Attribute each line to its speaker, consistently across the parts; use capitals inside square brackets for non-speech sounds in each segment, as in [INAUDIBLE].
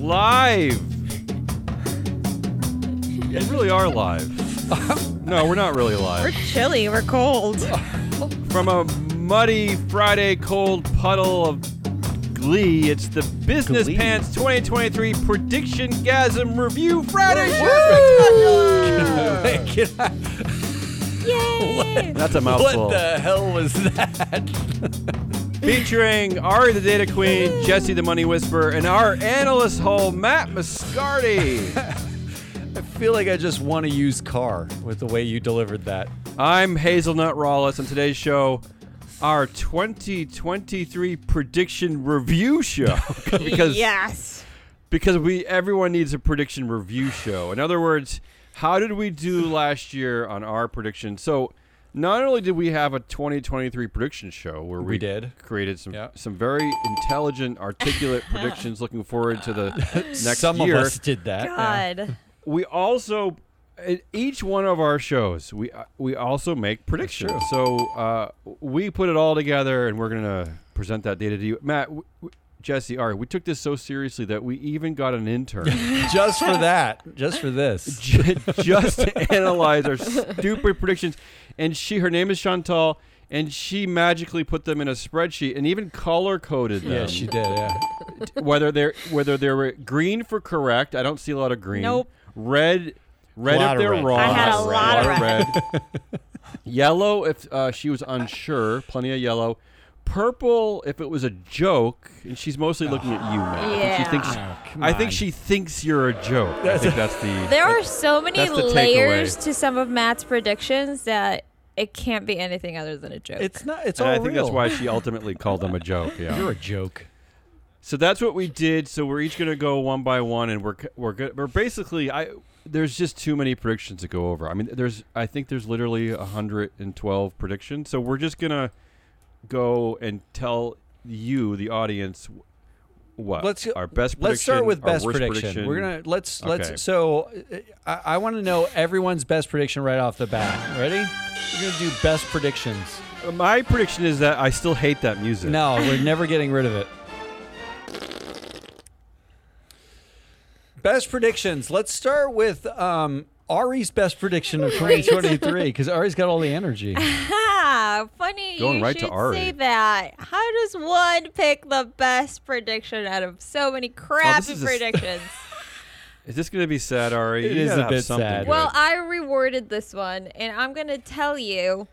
Speaker 1: live. We really are [LAUGHS] live. no, we're not really
Speaker 2: We're
Speaker 1: live.
Speaker 2: chilly. We're cold.
Speaker 1: [LAUGHS] From a muddy Friday cold puddle of glee, it's the Business
Speaker 3: Glee.
Speaker 1: Pants 2023 Prediction Gasm Review Friday show.
Speaker 3: Can I-
Speaker 2: Yay!
Speaker 1: That's a mouthful.
Speaker 3: what the hell was that?
Speaker 1: Featuring Ari the Data Queen, Jesse the Money Whisperer, and our analyst hole, Matt Mascardi.
Speaker 3: I feel like I just want to use car with the way you delivered that.
Speaker 1: I'm Hazelnut Rawless, and today's show, our 2023 prediction review
Speaker 3: [LAUGHS]
Speaker 1: show. because
Speaker 2: yes.
Speaker 1: because we everyone needs a prediction review show. In other words, how did we do last year on our prediction? So not only did we have a 2023 prediction show where we,
Speaker 3: We did.
Speaker 1: created some
Speaker 3: Yeah.
Speaker 1: some very intelligent, articulate predictions, looking forward
Speaker 3: [LAUGHS]
Speaker 1: to the next
Speaker 3: Some
Speaker 1: year.
Speaker 3: of us did that. yeah.
Speaker 2: God.
Speaker 1: We also at each one of our shows, we uh, we also make predictions. So uh, we put it all together, and we're gonna present that data to you, Matt. W- w- Jesse, all right, we took this so seriously that we even got an
Speaker 3: [LAUGHS]
Speaker 1: intern. [LAUGHS]
Speaker 3: Just for that. Just for this.
Speaker 1: ju- just to analyze our stupid predictions. And she, her name is Chantal, and she magically put them in a spreadsheet and even color coded them.
Speaker 3: Yeah, she did. Yeah.
Speaker 1: whether they're whether they were green for correct. I don't see a lot of green.
Speaker 2: Nope.
Speaker 1: Red, red
Speaker 3: Lot
Speaker 1: if
Speaker 3: of
Speaker 1: they're
Speaker 3: red.
Speaker 1: wrong.
Speaker 2: I had a lot of
Speaker 1: red.
Speaker 2: [LAUGHS]
Speaker 1: yellow if uh, she was unsure. Plenty of yellow. Purple if it was a joke, and she's mostly looking at you, Matt. I think she thinks.
Speaker 2: Yeah.
Speaker 3: Oh, come
Speaker 1: I think
Speaker 3: on.
Speaker 1: she thinks you're a joke. I
Speaker 3: [LAUGHS]
Speaker 1: think that's the.
Speaker 2: There are so many
Speaker 1: That's the
Speaker 2: layers
Speaker 1: takeaway.
Speaker 2: to some of Matt's predictions that it can't be anything other than a joke.
Speaker 3: It's not. It's
Speaker 1: And
Speaker 3: all
Speaker 1: I think
Speaker 3: real.
Speaker 1: that's why she ultimately called them a joke. Yeah.
Speaker 3: you're a joke.
Speaker 1: so that's what we did. So we're each gonna go one by one, and we're c- we're good. We're basically I. There's just too many predictions to go over. I mean, there's I think there's literally 112 predictions. So we're just gonna go and tell you, the audience, wh- what
Speaker 3: Let's-
Speaker 1: our best. Prediction,
Speaker 3: Let's start with
Speaker 1: our
Speaker 3: best
Speaker 1: worst
Speaker 3: prediction. We're gonna let's
Speaker 1: Okay.
Speaker 3: let's. So uh, I, I want to know everyone's best prediction right off the bat. Ready? We're gonna do best predictions.
Speaker 1: Uh, My prediction is that I still hate that music.
Speaker 3: No, we're never getting rid of it. Best predictions. Let's start with um, Ari's best prediction of 2023 because Ari's got all the energy.
Speaker 2: [LAUGHS] ah, funny.
Speaker 1: Going
Speaker 2: you
Speaker 1: right to
Speaker 2: should
Speaker 1: Ari.
Speaker 2: say that. How does one pick the best prediction out of so many
Speaker 1: Oh, this
Speaker 2: crappy
Speaker 1: is a s- [LAUGHS]
Speaker 2: predictions?
Speaker 1: Is this gonna be sad, Ari?
Speaker 3: It
Speaker 1: You
Speaker 3: is
Speaker 1: gotta
Speaker 3: a
Speaker 1: have
Speaker 3: bit
Speaker 1: something
Speaker 3: sad.
Speaker 1: good.
Speaker 2: well, I rewarded this one, and I'm gonna tell you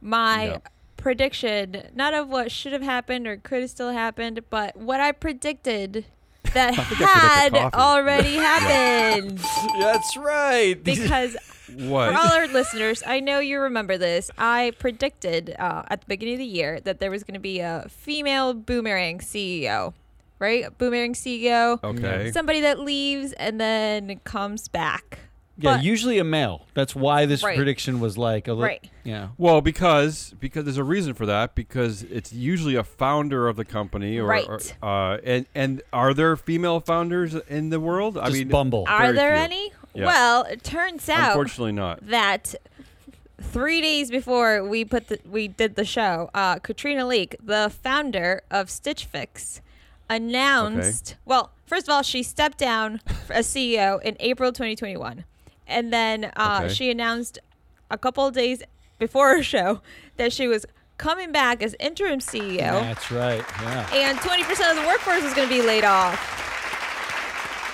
Speaker 2: my
Speaker 1: Yeah.
Speaker 2: prediction, not of what should have happened or could have still happened, but what I predicted that
Speaker 1: [LAUGHS] I feel like
Speaker 2: had
Speaker 1: a coffee. [LAUGHS]
Speaker 2: already happened.
Speaker 3: That's right.
Speaker 2: because
Speaker 1: what?
Speaker 2: for all our listeners, I know you remember this. I predicted uh, at the beginning of the year that there was going to be a female boomerang CEO, right? A boomerang CEO,
Speaker 1: okay.
Speaker 2: somebody that leaves and then comes back.
Speaker 3: yeah,
Speaker 2: But-
Speaker 3: usually a male. That's why this
Speaker 2: Right.
Speaker 3: prediction was like a little.
Speaker 2: Right.
Speaker 3: Yeah.
Speaker 1: Well, because because there's a reason for that because it's usually a founder of the company, or, or,
Speaker 2: Right.
Speaker 1: uh, and and are there female founders in the world? I
Speaker 3: Just
Speaker 1: mean,
Speaker 3: Bumble.
Speaker 2: Are
Speaker 1: Very
Speaker 2: there
Speaker 1: few.
Speaker 2: any?
Speaker 1: Yeah.
Speaker 2: Well, it turns out
Speaker 1: unfortunately not.
Speaker 2: that three days before we put the, we did the show, uh, Katrina Leak, the founder of Stitch Fix, announced. Well, first of all, she stepped down [LAUGHS] as CEO in April 2021, and then uh,
Speaker 1: Okay.
Speaker 2: she announced a couple of days before her show that she was coming back as interim CEO,
Speaker 3: That's right. Yeah.
Speaker 2: and 20% of the workforce was going to be laid off.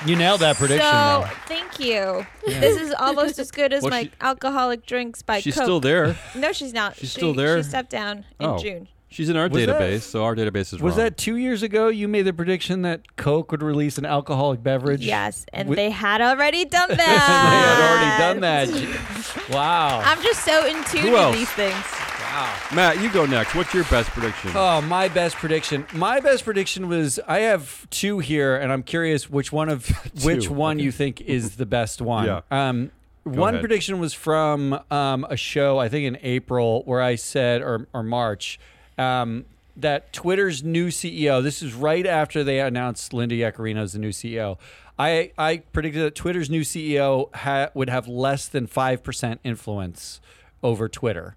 Speaker 3: You nailed that prediction.
Speaker 2: So
Speaker 3: though.
Speaker 2: thank you. This is almost as good as
Speaker 1: Well,
Speaker 2: my
Speaker 1: she-
Speaker 2: alcoholic drinks by
Speaker 1: She's
Speaker 2: Coke.
Speaker 1: still there.
Speaker 2: No, she's not.
Speaker 1: She's
Speaker 2: She-
Speaker 1: still there?
Speaker 2: She stepped down in
Speaker 1: Oh.
Speaker 2: June.
Speaker 1: She's in our
Speaker 3: Was that-
Speaker 1: database, so our database is
Speaker 3: Was
Speaker 1: wrong.
Speaker 3: that two years ago? You made the prediction that Coke would release an alcoholic beverage.
Speaker 2: Yes, and
Speaker 3: Wi-
Speaker 2: they had
Speaker 1: [LAUGHS]
Speaker 2: already done that. they
Speaker 3: They had already done
Speaker 2: [LAUGHS]
Speaker 3: that. wow.
Speaker 2: I'm just so in tune
Speaker 1: Who
Speaker 2: with
Speaker 1: else?
Speaker 2: these things.
Speaker 3: wow.
Speaker 1: Matt? You go next. What's your best prediction?
Speaker 3: Oh, my best prediction. My best prediction was I have two here, and I'm curious which one
Speaker 1: [LAUGHS]
Speaker 3: of which one you think is the best one.
Speaker 1: Yeah.
Speaker 3: Um, one
Speaker 1: ahead.
Speaker 3: prediction was from um, a show I think in April where I said or or March um, that Twitter's new CEO. This is right after they announced Linda Yaccarino as the new CEO. I, I predicted that Twitter's new CEO ha- would have less than five percent influence over Twitter.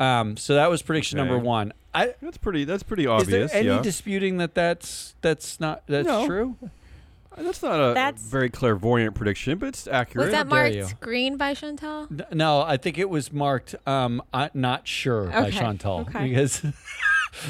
Speaker 3: Um, so that was prediction
Speaker 1: Okay.
Speaker 3: number one. I,
Speaker 1: that's pretty. That's pretty
Speaker 3: is
Speaker 1: obvious.
Speaker 3: there any
Speaker 1: yeah.
Speaker 3: disputing that that's that's not that's
Speaker 1: No.
Speaker 3: true?
Speaker 1: That's not a
Speaker 2: That's-
Speaker 1: very clairvoyant prediction, but it's accurate.
Speaker 2: Was that
Speaker 3: dare you.
Speaker 2: marked green by Chantal?
Speaker 3: N- No, I think it was marked um, uh, not sure by
Speaker 2: Okay,
Speaker 3: Chantal
Speaker 2: okay.
Speaker 3: because [LAUGHS]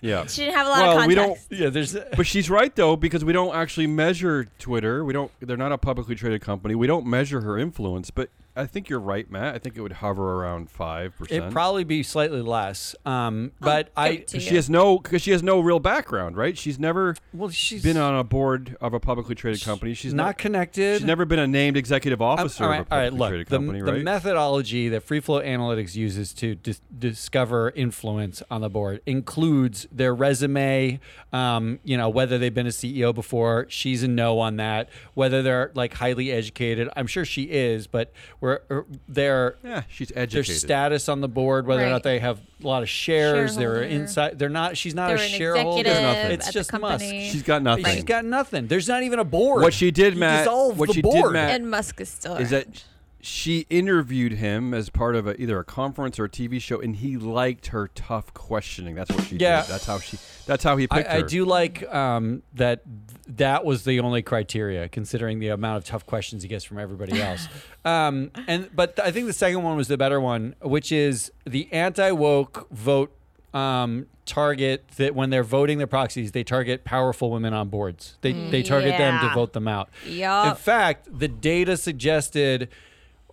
Speaker 1: yeah.
Speaker 2: She didn't have a lot of
Speaker 1: Well,
Speaker 2: context.
Speaker 1: we don't.
Speaker 3: yeah, there's uh,
Speaker 1: But she's right though because we don't actually measure Twitter. We don't. They're not a publicly traded company. We don't measure her influence. But I think you're right, Matt. I think it would hover around five
Speaker 3: it'd
Speaker 1: percent.
Speaker 3: probably be slightly less. Um, but
Speaker 2: I'll give
Speaker 3: I
Speaker 2: it to
Speaker 1: She
Speaker 2: you.
Speaker 1: has no because she has no real background, right? She's never
Speaker 3: well, she's
Speaker 1: been on a board of a publicly traded company. She's
Speaker 3: not connected.
Speaker 1: She's never been a named executive
Speaker 3: Um,
Speaker 1: officer
Speaker 3: all
Speaker 1: of a
Speaker 3: right,
Speaker 1: publicly
Speaker 3: all right. Look,
Speaker 1: traded
Speaker 3: the,
Speaker 1: company,
Speaker 3: the
Speaker 1: right?
Speaker 3: methodology that Free Flow Analytics uses to dis- discover influence on the board includes their resume. Um, you know whether they've been a CEO before. She's a no on that. Whether they're like highly educated. I'm sure she is, but we're er, they're
Speaker 1: yeah, she's
Speaker 3: their
Speaker 1: educated.
Speaker 3: status on the board, whether or
Speaker 2: Right.
Speaker 3: not they have a lot of shares, they're
Speaker 2: Shareholder.
Speaker 3: inside. They're not. She's not
Speaker 2: They're
Speaker 3: a
Speaker 2: an
Speaker 3: shareholder.
Speaker 2: executive
Speaker 1: nothing.
Speaker 3: It's
Speaker 2: at
Speaker 3: just
Speaker 2: the
Speaker 3: Musk.
Speaker 2: company.
Speaker 1: she's got nothing.
Speaker 3: She's got nothing. There's not even a board.
Speaker 1: What she did,
Speaker 3: You
Speaker 1: Matt-
Speaker 3: dissolved
Speaker 1: what
Speaker 3: the
Speaker 1: she did,
Speaker 3: board.
Speaker 1: Matt,
Speaker 2: and Musk is still.
Speaker 1: is
Speaker 2: around.
Speaker 1: that she interviewed him as part of a, either a conference or a TV show, and he liked her tough questioning. That's what she
Speaker 3: Yeah.
Speaker 1: did. That's how she. That's how he picked
Speaker 3: I, I
Speaker 1: her.
Speaker 3: do like um, that. That was the only criteria, considering the amount of tough questions he gets from everybody else. um, and but I think the second one was the better one, which is the anti woke vote um, target that when they're voting their proxies, they target powerful women on boards. They they target them to
Speaker 2: Yeah.
Speaker 3: vote them out. In
Speaker 2: Yup.
Speaker 3: fact, the data suggested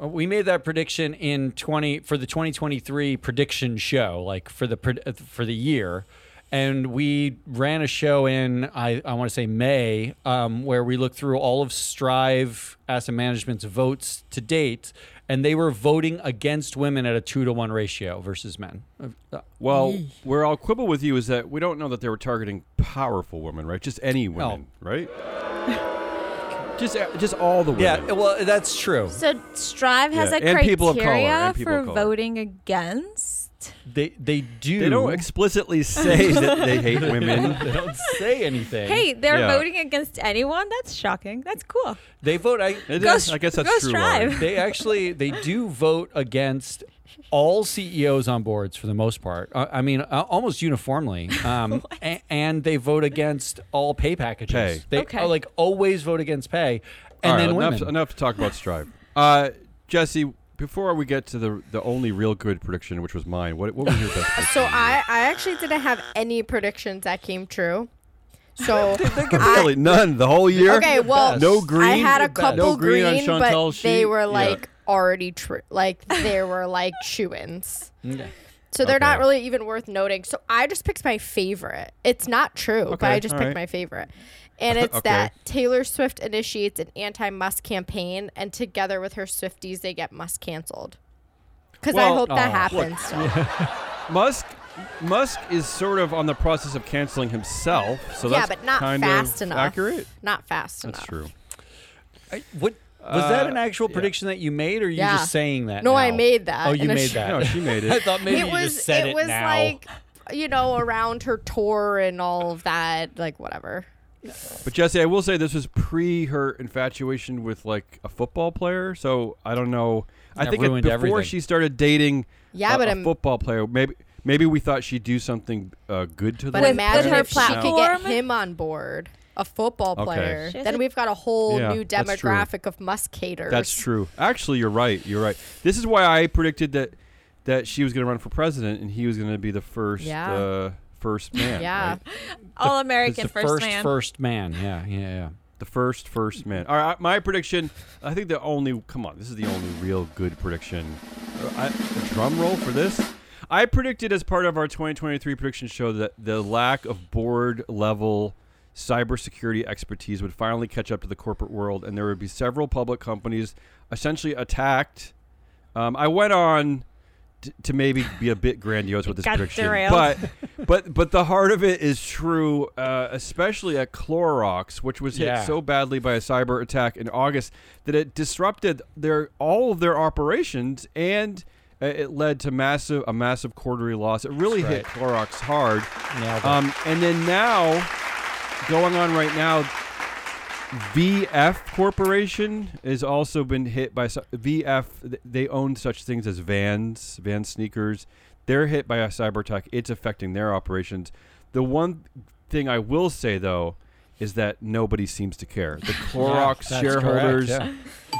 Speaker 3: uh, we made that prediction in 20 for the 2023 prediction show, like for the pred- uh, for the year. And we ran a show in I, I want to say May um, where we looked through all of Strive Asset Management's votes to date, and they were voting against women at a two to one ratio versus men. Uh, uh,
Speaker 1: well, where I'll quibble with you is that we don't know that they were targeting powerful women, right? Just any women, right? just just all the women.
Speaker 3: Yeah, well, that's true.
Speaker 2: So Strive has
Speaker 1: Yeah,
Speaker 2: a
Speaker 1: and people of color,
Speaker 2: criteria
Speaker 1: and people
Speaker 2: for
Speaker 1: of color.
Speaker 2: voting against.
Speaker 3: They they do.
Speaker 1: They don't explicitly say that they hate
Speaker 3: [LAUGHS]
Speaker 1: women.
Speaker 3: they don't say anything.
Speaker 2: Hey, they're
Speaker 1: Yeah.
Speaker 2: voting against anyone. That's shocking. That's cool.
Speaker 3: they vote. I,
Speaker 1: It
Speaker 2: Go
Speaker 1: is- I guess that's
Speaker 2: go
Speaker 1: true.
Speaker 2: Strive.
Speaker 1: Lauren.
Speaker 3: they actually they do vote against all CEOs on boards for the most part. Uh, I mean, uh, almost
Speaker 4: [LAUGHS]
Speaker 3: uniformly. Um, a- and they vote against all pay packages.
Speaker 1: Pay.
Speaker 3: They
Speaker 2: Okay.
Speaker 3: uh, like always vote against pay, and
Speaker 1: All right,
Speaker 3: then
Speaker 1: enough,
Speaker 3: women.
Speaker 1: enough to talk about Stripe. Uh, Jesse, before we get to the the only real good prediction, which was mine, what, what was your best? prediction?
Speaker 4: [LAUGHS] So I, I actually didn't have any predictions that came true.
Speaker 1: [LAUGHS]
Speaker 4: So
Speaker 1: really none the whole year.
Speaker 4: okay, well,
Speaker 3: No
Speaker 1: green,
Speaker 4: I had
Speaker 3: the
Speaker 4: a
Speaker 3: best.
Speaker 4: couple
Speaker 1: No green on
Speaker 4: green,
Speaker 1: Chantal
Speaker 4: but they
Speaker 1: sheet, yeah.
Speaker 4: were like already true. Like they were like shoo-ins.
Speaker 3: Okay.
Speaker 4: So they're
Speaker 1: Okay.
Speaker 4: not really even worth noting. So I just picked my favorite. It's not true, but
Speaker 1: Okay,
Speaker 4: I just
Speaker 1: all
Speaker 4: picked
Speaker 1: right.
Speaker 4: my favorite.
Speaker 1: [LAUGHS]
Speaker 4: And it's
Speaker 1: Okay.
Speaker 4: that Taylor Swift initiates an anti-Musk campaign, and together with her Swifties, they get Musk canceled. Because I
Speaker 1: Well,
Speaker 4: hope that
Speaker 3: aw.
Speaker 4: happens. so.
Speaker 1: [LAUGHS] Musk Musk is sort of on the process of canceling himself, so
Speaker 4: yeah,
Speaker 1: that's
Speaker 4: but not
Speaker 1: kind
Speaker 4: fast
Speaker 1: of
Speaker 4: enough.
Speaker 1: accurate.
Speaker 4: Not fast
Speaker 1: That's
Speaker 4: enough.
Speaker 1: true.
Speaker 3: I- what was that
Speaker 1: Uh,
Speaker 3: an actual
Speaker 1: yeah.
Speaker 3: prediction that you made, or are you
Speaker 4: Yeah.
Speaker 3: just saying that?
Speaker 4: No, I
Speaker 3: now?
Speaker 4: made that
Speaker 3: Oh, you
Speaker 4: in a
Speaker 3: made
Speaker 4: sh-
Speaker 3: that.
Speaker 1: No, she made
Speaker 3: [LAUGHS]
Speaker 1: [LAUGHS]
Speaker 3: I
Speaker 1: it.
Speaker 3: thought maybe
Speaker 4: it
Speaker 3: you
Speaker 4: was
Speaker 3: just said it,
Speaker 4: was
Speaker 3: now.
Speaker 4: like you know around her tour and all of that, like whatever.
Speaker 1: But Jesse, I will say this was pre her infatuation with like a football player, so I don't know. I
Speaker 3: That
Speaker 1: think it-
Speaker 3: ruined
Speaker 1: before
Speaker 3: everything.
Speaker 1: she started dating
Speaker 4: Yeah,
Speaker 1: a,
Speaker 4: but
Speaker 1: a
Speaker 4: im-
Speaker 1: football player, maybe maybe we thought she'd do something uh, good to
Speaker 4: but
Speaker 1: them.
Speaker 4: imagine
Speaker 2: her
Speaker 4: if she could get
Speaker 2: platform-
Speaker 4: him on board, a football
Speaker 1: Okay.
Speaker 4: player.
Speaker 2: She has
Speaker 4: Then
Speaker 2: a-
Speaker 4: we've got a whole
Speaker 1: Yeah,
Speaker 4: new
Speaker 1: that's true.
Speaker 4: demographic of muscaters.
Speaker 1: That's true. Actually, you're right. You're right. This is why I predicted that that she was going to run for president and he was going to be the first
Speaker 4: Yeah.
Speaker 1: uh, first man.
Speaker 4: Yeah.
Speaker 1: right?
Speaker 2: All
Speaker 3: It's
Speaker 2: American
Speaker 3: the
Speaker 2: first,
Speaker 3: first
Speaker 2: man.
Speaker 3: first man. Yeah, yeah, yeah.
Speaker 1: The first first man. All right, my prediction. I think the only come on. This is the only real good prediction. Uh, I, drum roll for this. I predicted as part of our 2023 prediction show that the lack of board level cybersecurity expertise would finally catch up to the corporate world, and there would be several public companies essentially attacked. Um, I went on t- to maybe be a bit grandiose with this
Speaker 2: Got
Speaker 1: prediction,
Speaker 2: derailed.
Speaker 1: but but but the heart of it is true, uh, especially at Clorox, which was hit
Speaker 3: Yeah.
Speaker 1: so badly by a cyber attack in August that it disrupted their all of their operations and uh, it led to massive a massive quarterly loss. It really hit Clorox hard.
Speaker 3: Nailed it.
Speaker 1: Um, and then now, going on right now, VF Corporation has also been hit by cy- VF. th- They own such things as Vans, Van sneakers. They're hit by a cyber attack. It's affecting their operations. The one thing I will say though is that nobody seems to care.
Speaker 3: [LAUGHS]
Speaker 1: The Clorox
Speaker 3: that's
Speaker 1: shareholders
Speaker 3: correct,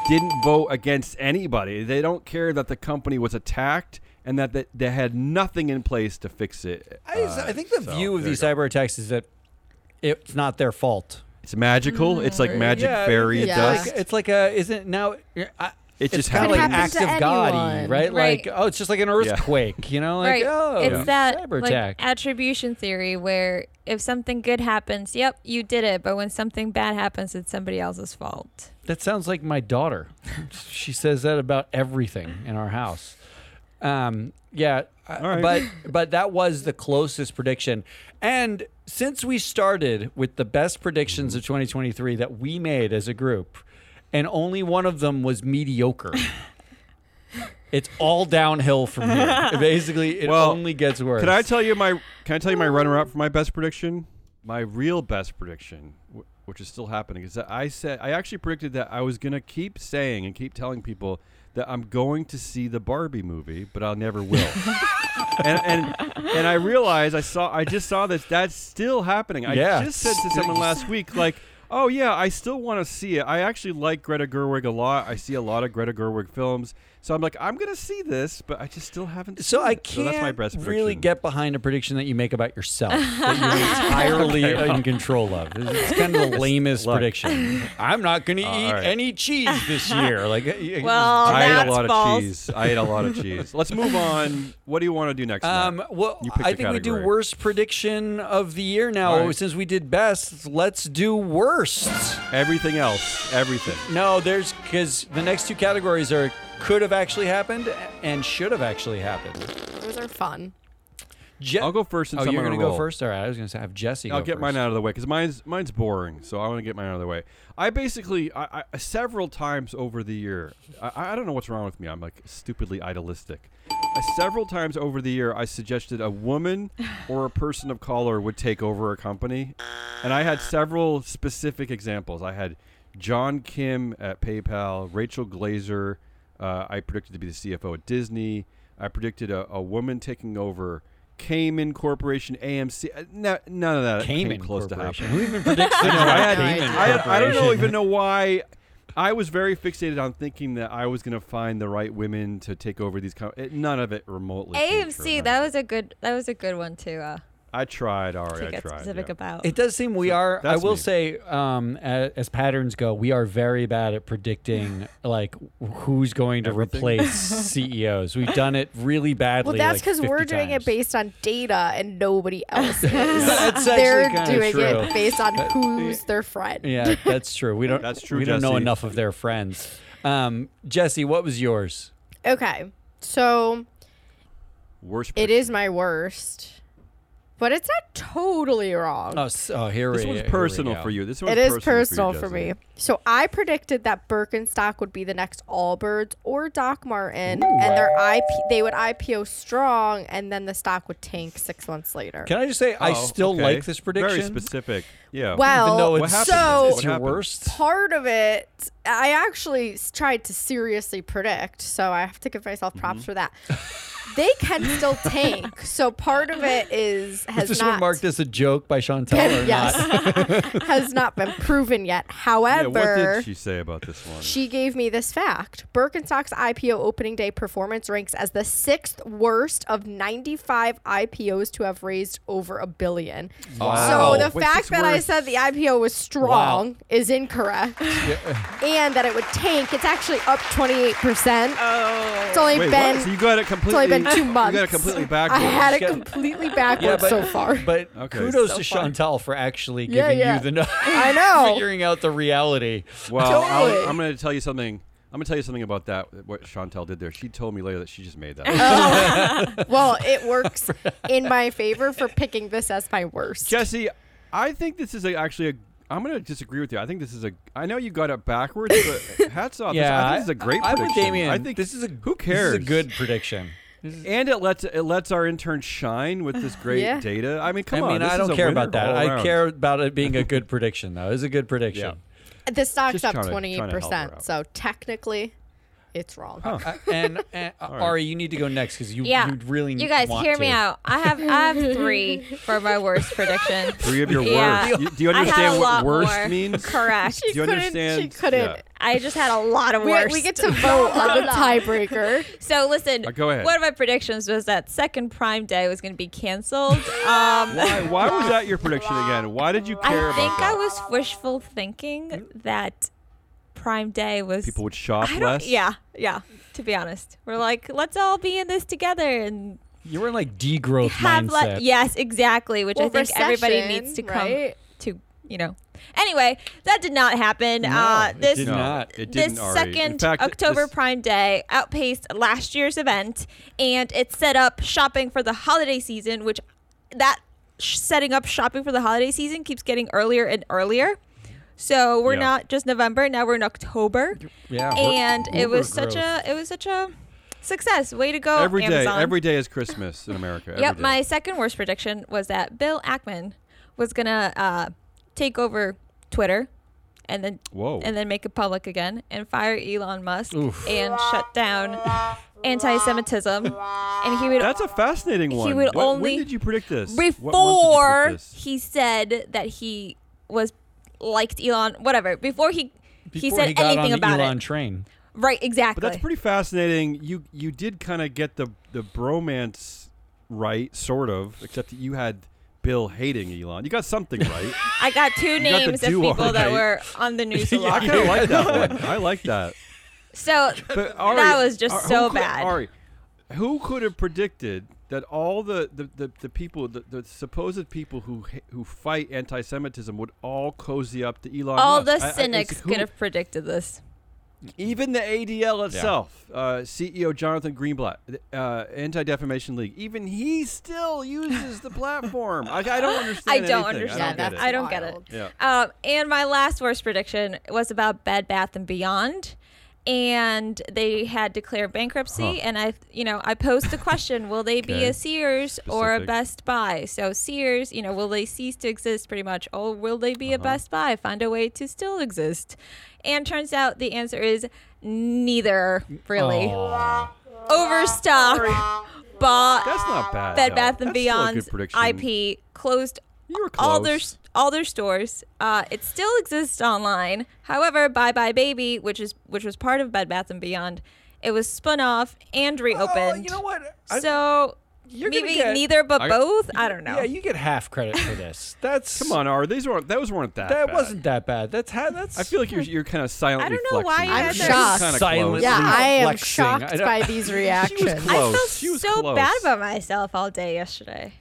Speaker 1: didn't vote against anybody. They don't care that the company was attacked and that they, they had nothing in place to fix it.
Speaker 3: I,
Speaker 1: Uh,
Speaker 3: I think the
Speaker 1: so
Speaker 3: view of
Speaker 1: there
Speaker 3: these
Speaker 1: you go.
Speaker 3: cyber attacks is that it's not their fault.
Speaker 1: it's magical. It's like magic
Speaker 3: Yeah,
Speaker 1: fairy
Speaker 3: it's
Speaker 4: Yeah.
Speaker 1: dust.
Speaker 3: Like, it's like a isn't now. I,
Speaker 1: It just
Speaker 3: it's kind of like
Speaker 1: happens.
Speaker 3: act
Speaker 4: Happens
Speaker 3: of
Speaker 4: to
Speaker 3: God,
Speaker 4: anyone.
Speaker 3: right?
Speaker 2: Right.
Speaker 3: Like oh, it's just like an
Speaker 1: Yeah.
Speaker 3: earthquake, you know? Like
Speaker 2: right.
Speaker 3: oh,
Speaker 2: it's that
Speaker 3: cyber
Speaker 2: like,
Speaker 3: attack.
Speaker 2: attribution theory where if something good happens, yep, you did it. But when something bad happens, it's somebody else's fault.
Speaker 3: That sounds like my daughter. [LAUGHS] she says that about everything in our house. Um, yeah, I-
Speaker 1: All right.
Speaker 3: but but that was the closest prediction. And since we started with the best predictions of 2023 that we made as a group, and only one of them
Speaker 1: [LAUGHS]
Speaker 3: was mediocre. It's all downhill
Speaker 1: [LAUGHS]
Speaker 3: from here. Basically, it
Speaker 1: Well,
Speaker 3: only gets worse.
Speaker 1: Can I tell you my Can I tell you my runner up for my best prediction? My real best prediction, wh- which is still happening, is that I said I actually predicted that I was gonna keep saying and keep telling people that I'm going to see the Barbie movie, but I'll never will. and, and and I realized I saw I just saw that that's still happening. I
Speaker 3: Yeah.
Speaker 1: just said to someone last week like. Oh yeah, I still want to see it. I actually like Greta Gerwig a lot. I see a lot of Greta Gerwig films, so I'm like, I'm gonna see this, but I just still haven't.
Speaker 3: So
Speaker 1: seen
Speaker 3: I
Speaker 1: it.
Speaker 3: can't
Speaker 1: that's my best
Speaker 3: really
Speaker 1: prediction.
Speaker 3: get behind a prediction that you make about yourself
Speaker 1: [LAUGHS]
Speaker 3: that you're entirely in control of. It's kind of the lamest
Speaker 1: Look.
Speaker 3: prediction. I'm not going to
Speaker 1: All
Speaker 3: eat
Speaker 1: right.
Speaker 3: any cheese this
Speaker 1: [LAUGHS]
Speaker 3: year. Like, uh, it-
Speaker 2: Well,
Speaker 1: I ate
Speaker 2: Oh, that's
Speaker 1: a lot
Speaker 2: false.
Speaker 1: of cheese. I ate a lot of
Speaker 3: [LAUGHS]
Speaker 1: cheese. Let's move on. What do you want to do next?
Speaker 3: um,
Speaker 1: Matt?
Speaker 3: well,
Speaker 1: You picked
Speaker 3: I
Speaker 1: a
Speaker 3: think we do
Speaker 1: category.
Speaker 3: worst prediction of the year now.
Speaker 1: All right.
Speaker 3: Since we did best, let's do worst.
Speaker 1: everything else, everything.
Speaker 3: No, there's because the next two categories are could have actually happened and should have actually happened.
Speaker 4: Those are fun.
Speaker 3: Je-
Speaker 1: I'll go first. Since
Speaker 3: Oh,
Speaker 1: I'm
Speaker 3: you're
Speaker 1: on a
Speaker 3: gonna go
Speaker 1: roll.
Speaker 3: first. All right, I was gonna say have Jesse.
Speaker 1: I'll
Speaker 3: go
Speaker 1: get
Speaker 3: first.
Speaker 1: mine out of the way because mine's mine's boring. So I want to get mine out of the way. I basically, I, I several times over the year, I, I don't know what's wrong with me. I'm like stupidly idealistic. Uh, several times over the year, I suggested a woman or a person of color would take over a company, and I had several specific examples. I had John Kim at PayPal, Rachel Glazer. Uh, I predicted to be the CFO at Disney. I predicted a, a woman taking over. Cayman Corporation, AMC, uh, no, none of that that came
Speaker 3: Cayman
Speaker 1: close to
Speaker 3: Corporation.
Speaker 1: happen.
Speaker 3: Who even
Speaker 1: [LAUGHS]
Speaker 3: predicts
Speaker 1: I,
Speaker 3: things
Speaker 1: know, I,
Speaker 3: like
Speaker 1: had,
Speaker 3: Cayman
Speaker 1: I, had- I don't know
Speaker 3: Corporation?
Speaker 1: even know why. I was very fixated on thinking that I was going to find the right women to take over these. Com- it, none of it remotely. came true,
Speaker 2: AMC,
Speaker 1: none
Speaker 2: that
Speaker 1: of
Speaker 2: was a good that was a good one to uh,
Speaker 1: it. I tried, Ari.
Speaker 2: to
Speaker 1: I
Speaker 2: get
Speaker 1: tried.
Speaker 2: specific
Speaker 1: yeah.
Speaker 2: about.
Speaker 3: It does seem we are. I
Speaker 1: that's
Speaker 3: will
Speaker 1: me.
Speaker 3: say, um, as, as patterns go, we are very bad
Speaker 1: [LAUGHS]
Speaker 3: at predicting like who's going to
Speaker 1: Everything.
Speaker 3: replace CEOs. We've done it really badly.
Speaker 4: Well, that's
Speaker 3: because
Speaker 4: because we're doing it based on data
Speaker 1: [LAUGHS]
Speaker 4: and nobody else is.
Speaker 3: That's actually
Speaker 4: They're
Speaker 3: kinda
Speaker 4: doing
Speaker 3: true.
Speaker 4: it based on who's their friend.
Speaker 3: Yeah, that's true. We don't.
Speaker 1: That's true,
Speaker 3: We don't know
Speaker 1: Jesse.
Speaker 3: enough of their friends. Um, Jesse, what was yours?
Speaker 4: Okay, so
Speaker 1: Worst.
Speaker 4: it is my worst, but it's not totally wrong.
Speaker 3: Oh, s- oh here
Speaker 1: This
Speaker 3: we.
Speaker 1: one's
Speaker 3: here we
Speaker 1: personal
Speaker 3: go.
Speaker 1: for you. This one's
Speaker 4: It is
Speaker 1: for you,
Speaker 4: personal for,
Speaker 1: Jesse.
Speaker 4: me. So I predicted that Birkenstock would be the next Allbirds or Doc Martin, and their IP they would IPO strong, and then the stock would tank six months later.
Speaker 3: Can I just say I
Speaker 1: Oh,
Speaker 3: still
Speaker 1: okay.
Speaker 3: like this prediction?
Speaker 1: Very specific. Yeah.
Speaker 3: Even though
Speaker 4: well,
Speaker 1: What
Speaker 3: it's,
Speaker 1: happened?
Speaker 4: so
Speaker 3: it's your
Speaker 1: happened?
Speaker 3: worst.
Speaker 4: part of it i actually s- tried to seriously predict so i have to give myself props
Speaker 3: Mm-hmm. [LAUGHS]
Speaker 4: for that they can still tank so part of it is has
Speaker 3: Is this
Speaker 4: not
Speaker 3: one marked as a joke
Speaker 2: [LAUGHS]
Speaker 3: by Chantel or
Speaker 4: [LAUGHS] yes
Speaker 3: not?
Speaker 4: [LAUGHS] has not been proven yet
Speaker 1: [LAUGHS] yeah.
Speaker 4: however
Speaker 1: What did she say about this one?
Speaker 4: she gave me this fact. Birkenstock's IPO opening day performance ranks as the sixth worst of 95 IPOs to have raised over a billion.
Speaker 1: Wow.
Speaker 4: So the
Speaker 1: Wait, sixth
Speaker 4: fact that I
Speaker 1: worst.
Speaker 4: said the IPO was strong is incorrect
Speaker 1: [LAUGHS]
Speaker 4: and that it would tank, it's actually up 28%. It's only
Speaker 1: Oh. Wait,
Speaker 4: been.
Speaker 1: what? So you got it
Speaker 4: It's
Speaker 1: completely.
Speaker 4: only been two months.
Speaker 1: You got it completely
Speaker 4: I
Speaker 1: backwards.
Speaker 4: had
Speaker 3: Yeah.
Speaker 4: it completely backwards so
Speaker 1: [LAUGHS]
Speaker 4: far.
Speaker 3: But
Speaker 1: Okay.
Speaker 3: kudos
Speaker 2: So
Speaker 3: to
Speaker 2: far.
Speaker 3: Chantal for actually
Speaker 4: Yeah,
Speaker 3: giving
Speaker 4: yeah.
Speaker 3: you the no- [LAUGHS]
Speaker 4: I know.
Speaker 3: figuring out the reality.
Speaker 1: Well,
Speaker 4: Totally.
Speaker 1: I'll, I'm going to tell you something. I'm going to tell you something about that. What Chantel did there. She told me later that she just made that. up.
Speaker 4: [LAUGHS] well, it
Speaker 1: [LAUGHS]
Speaker 4: works in my favor for picking this as my worst.
Speaker 1: Jesse, I think this is a, actually a. I'm going to disagree with you. I think this is a. I know you got it backwards, but hats off. This- I think this is a great
Speaker 3: I, I'm with
Speaker 1: prediction.
Speaker 3: Damien.
Speaker 1: I think
Speaker 3: this is a
Speaker 1: who cares.
Speaker 3: This is a good prediction.
Speaker 1: and it lets it lets our intern shine with
Speaker 2: [SIGHS]
Speaker 1: this great
Speaker 4: Yeah.
Speaker 1: data. I mean,
Speaker 3: I
Speaker 1: come on.
Speaker 3: mean,
Speaker 1: this
Speaker 3: I
Speaker 1: is
Speaker 3: don't
Speaker 1: a
Speaker 3: care
Speaker 1: winner
Speaker 3: about that.
Speaker 1: all
Speaker 3: I
Speaker 1: around.
Speaker 3: care about it being
Speaker 1: [LAUGHS]
Speaker 3: a good prediction, though. It's a good prediction.
Speaker 1: Yeah.
Speaker 4: The stock's
Speaker 1: Just
Speaker 4: up
Speaker 1: trying to- trying to help her
Speaker 4: 28%.
Speaker 1: out.
Speaker 4: So technically, It's wrong.
Speaker 3: Uh,
Speaker 1: [LAUGHS]
Speaker 3: and, and uh, Ari, you need to go next because you,
Speaker 2: Yeah.
Speaker 3: you really
Speaker 2: You guys,
Speaker 3: want
Speaker 2: hear me
Speaker 3: to.
Speaker 2: out. I have I have three for my worst prediction.
Speaker 1: Three of your
Speaker 2: Yeah.
Speaker 1: worst. You- do you
Speaker 2: [LAUGHS] I had a
Speaker 1: understand what
Speaker 2: lot
Speaker 1: worst
Speaker 2: more.
Speaker 1: means?
Speaker 2: [LAUGHS] Correct.
Speaker 4: She
Speaker 1: Do you
Speaker 4: couldn't-
Speaker 1: understand?
Speaker 4: she couldn't.
Speaker 1: Yeah.
Speaker 2: I just had a lot of
Speaker 4: We,
Speaker 2: worst.
Speaker 4: we get
Speaker 2: [LAUGHS]
Speaker 4: to vote on the tiebreaker.
Speaker 2: So listen,
Speaker 1: Uh, go ahead.
Speaker 2: one of my predictions was that second Prime Day was going to be canceled. Um,
Speaker 1: Why, why was that your prediction again? Why did you care
Speaker 2: I
Speaker 1: about
Speaker 2: think
Speaker 1: that?
Speaker 2: I was wishful thinking that Prime Day was.
Speaker 1: People would shop
Speaker 2: I don't,
Speaker 1: less.
Speaker 2: Yeah, yeah. To be honest, we're like, let's all be in this together and
Speaker 3: You were in like degrowth
Speaker 2: have.
Speaker 3: mindset.
Speaker 2: Le- yes, exactly.
Speaker 4: [LAUGHS]
Speaker 2: Which I
Speaker 4: Well,
Speaker 2: think everybody
Speaker 4: recession,
Speaker 2: needs to come
Speaker 4: right?
Speaker 2: to. You know. Anyway, that did not happen.
Speaker 3: No,
Speaker 2: uh,
Speaker 3: it
Speaker 2: this
Speaker 3: did
Speaker 1: No,
Speaker 3: not.
Speaker 1: It
Speaker 2: this
Speaker 1: didn't. Ari. In
Speaker 2: second
Speaker 1: fact,
Speaker 2: October
Speaker 1: this-
Speaker 2: Prime Day outpaced last year's event, and it set up shopping for the holiday season, which that sh- setting up shopping for the holiday season keeps getting earlier and earlier. So we're
Speaker 1: Yeah.
Speaker 2: not just November now; we're in October,
Speaker 3: Yeah.
Speaker 2: and it was
Speaker 1: Uber
Speaker 2: such a it was such a success. Way to go,
Speaker 1: every day.
Speaker 2: Amazon.
Speaker 1: Every day is Christmas in America. every
Speaker 2: Yep,
Speaker 1: day.
Speaker 2: my second worst prediction was that Bill Ackman was gonna uh, take over Twitter, and then
Speaker 1: Whoa.
Speaker 2: and then make it public again and fire Elon Musk
Speaker 3: Oof.
Speaker 2: and shut down anti-Semitism, and he would
Speaker 1: That's a fascinating one.
Speaker 2: would
Speaker 1: What- when
Speaker 2: only-
Speaker 1: did you predict this? What month did you
Speaker 2: before
Speaker 1: predict this?
Speaker 2: he said that he was liked Elon, whatever. Before he he
Speaker 3: Before
Speaker 2: said
Speaker 3: got
Speaker 2: anything
Speaker 3: on
Speaker 2: about
Speaker 3: the Elon
Speaker 2: it,
Speaker 3: train.
Speaker 2: right? Exactly.
Speaker 1: But that's pretty fascinating. You you did kind of get the the bromance right, sort of, except that you had Bill hating Elon. You got something
Speaker 2: [LAUGHS]
Speaker 1: right.
Speaker 2: I got two
Speaker 1: got the
Speaker 2: names of
Speaker 1: duo
Speaker 2: people that
Speaker 1: right.
Speaker 2: were on
Speaker 1: [LAUGHS]
Speaker 2: the news a
Speaker 1: I
Speaker 2: lot.
Speaker 1: kind of like that one.
Speaker 2: [LAUGHS]
Speaker 1: I like that.
Speaker 2: So
Speaker 1: But Ari,
Speaker 2: that was just
Speaker 1: Ar- who
Speaker 2: so
Speaker 1: could-
Speaker 2: bad.
Speaker 1: Ari, who could have predicted that all the, the, the, the people, the, the supposed people who ha- who fight anti-Semitism would all cozy up to Elon?
Speaker 2: all the
Speaker 1: Musk? I- I- it's
Speaker 2: cynics
Speaker 1: who-
Speaker 2: could have predicted this.
Speaker 1: even the ADL itself, uh, CEO Jonathan Greenblatt, uh, Anti Defamation League, even he still uses the platform. I, I don't
Speaker 2: I
Speaker 1: understand.
Speaker 2: don't
Speaker 1: anything.
Speaker 2: understand
Speaker 1: I
Speaker 2: that.
Speaker 1: don't
Speaker 2: I
Speaker 1: get
Speaker 2: don't get it.
Speaker 4: Wild.
Speaker 1: Yeah.
Speaker 2: Um, and my last worst prediction was about Bed Bath and Beyond, and they had declared bankruptcy.
Speaker 1: Huh.
Speaker 2: And I, you know, I posed the question: Will they be
Speaker 1: Okay.
Speaker 2: a Sears or a
Speaker 1: Specific.
Speaker 2: Best Buy? So Sears, you know, will they cease to exist pretty much, or will they be
Speaker 1: Uh-huh.
Speaker 2: a Best Buy? Find a way to still exist. And turns out the answer is neither. Really,
Speaker 3: Aw.
Speaker 2: Overstock bought
Speaker 1: That's not bad.
Speaker 2: Bed
Speaker 1: though.
Speaker 2: Bath and
Speaker 1: That's still a
Speaker 2: Beyond's
Speaker 1: good prediction.
Speaker 2: IP closed
Speaker 1: You were
Speaker 2: all their
Speaker 1: close.
Speaker 2: all their stores. Uh, it still exists online. However, Bye Bye Baby, which is which was part of Bed Bath and Beyond, it was spun off and reopened.
Speaker 3: Oh, you know what? I-
Speaker 2: so
Speaker 3: You're gonna
Speaker 2: maybe
Speaker 3: get-
Speaker 2: neither but
Speaker 1: I-
Speaker 2: both. I don't know.
Speaker 3: Yeah, you get half credit for [LAUGHS] this. That's
Speaker 1: Come on, Ari. These weren't. Those weren't that.
Speaker 3: That
Speaker 1: bad.
Speaker 3: wasn't that bad. That's ha- that's.
Speaker 1: I feel like
Speaker 2: [LAUGHS]
Speaker 1: you're you're kind of silently.
Speaker 2: I don't know why
Speaker 1: flexing.
Speaker 2: you
Speaker 4: I'm
Speaker 2: guys are-
Speaker 4: shocked.
Speaker 1: Kinda close.
Speaker 3: Silently
Speaker 4: Yeah, I am
Speaker 3: flexing. I
Speaker 4: shocked
Speaker 1: [LAUGHS]
Speaker 3: don't-
Speaker 4: by these reactions.
Speaker 1: close.
Speaker 2: I felt
Speaker 1: She was
Speaker 2: so
Speaker 1: close.
Speaker 2: bad about myself all day
Speaker 3: [LAUGHS]
Speaker 2: yesterday.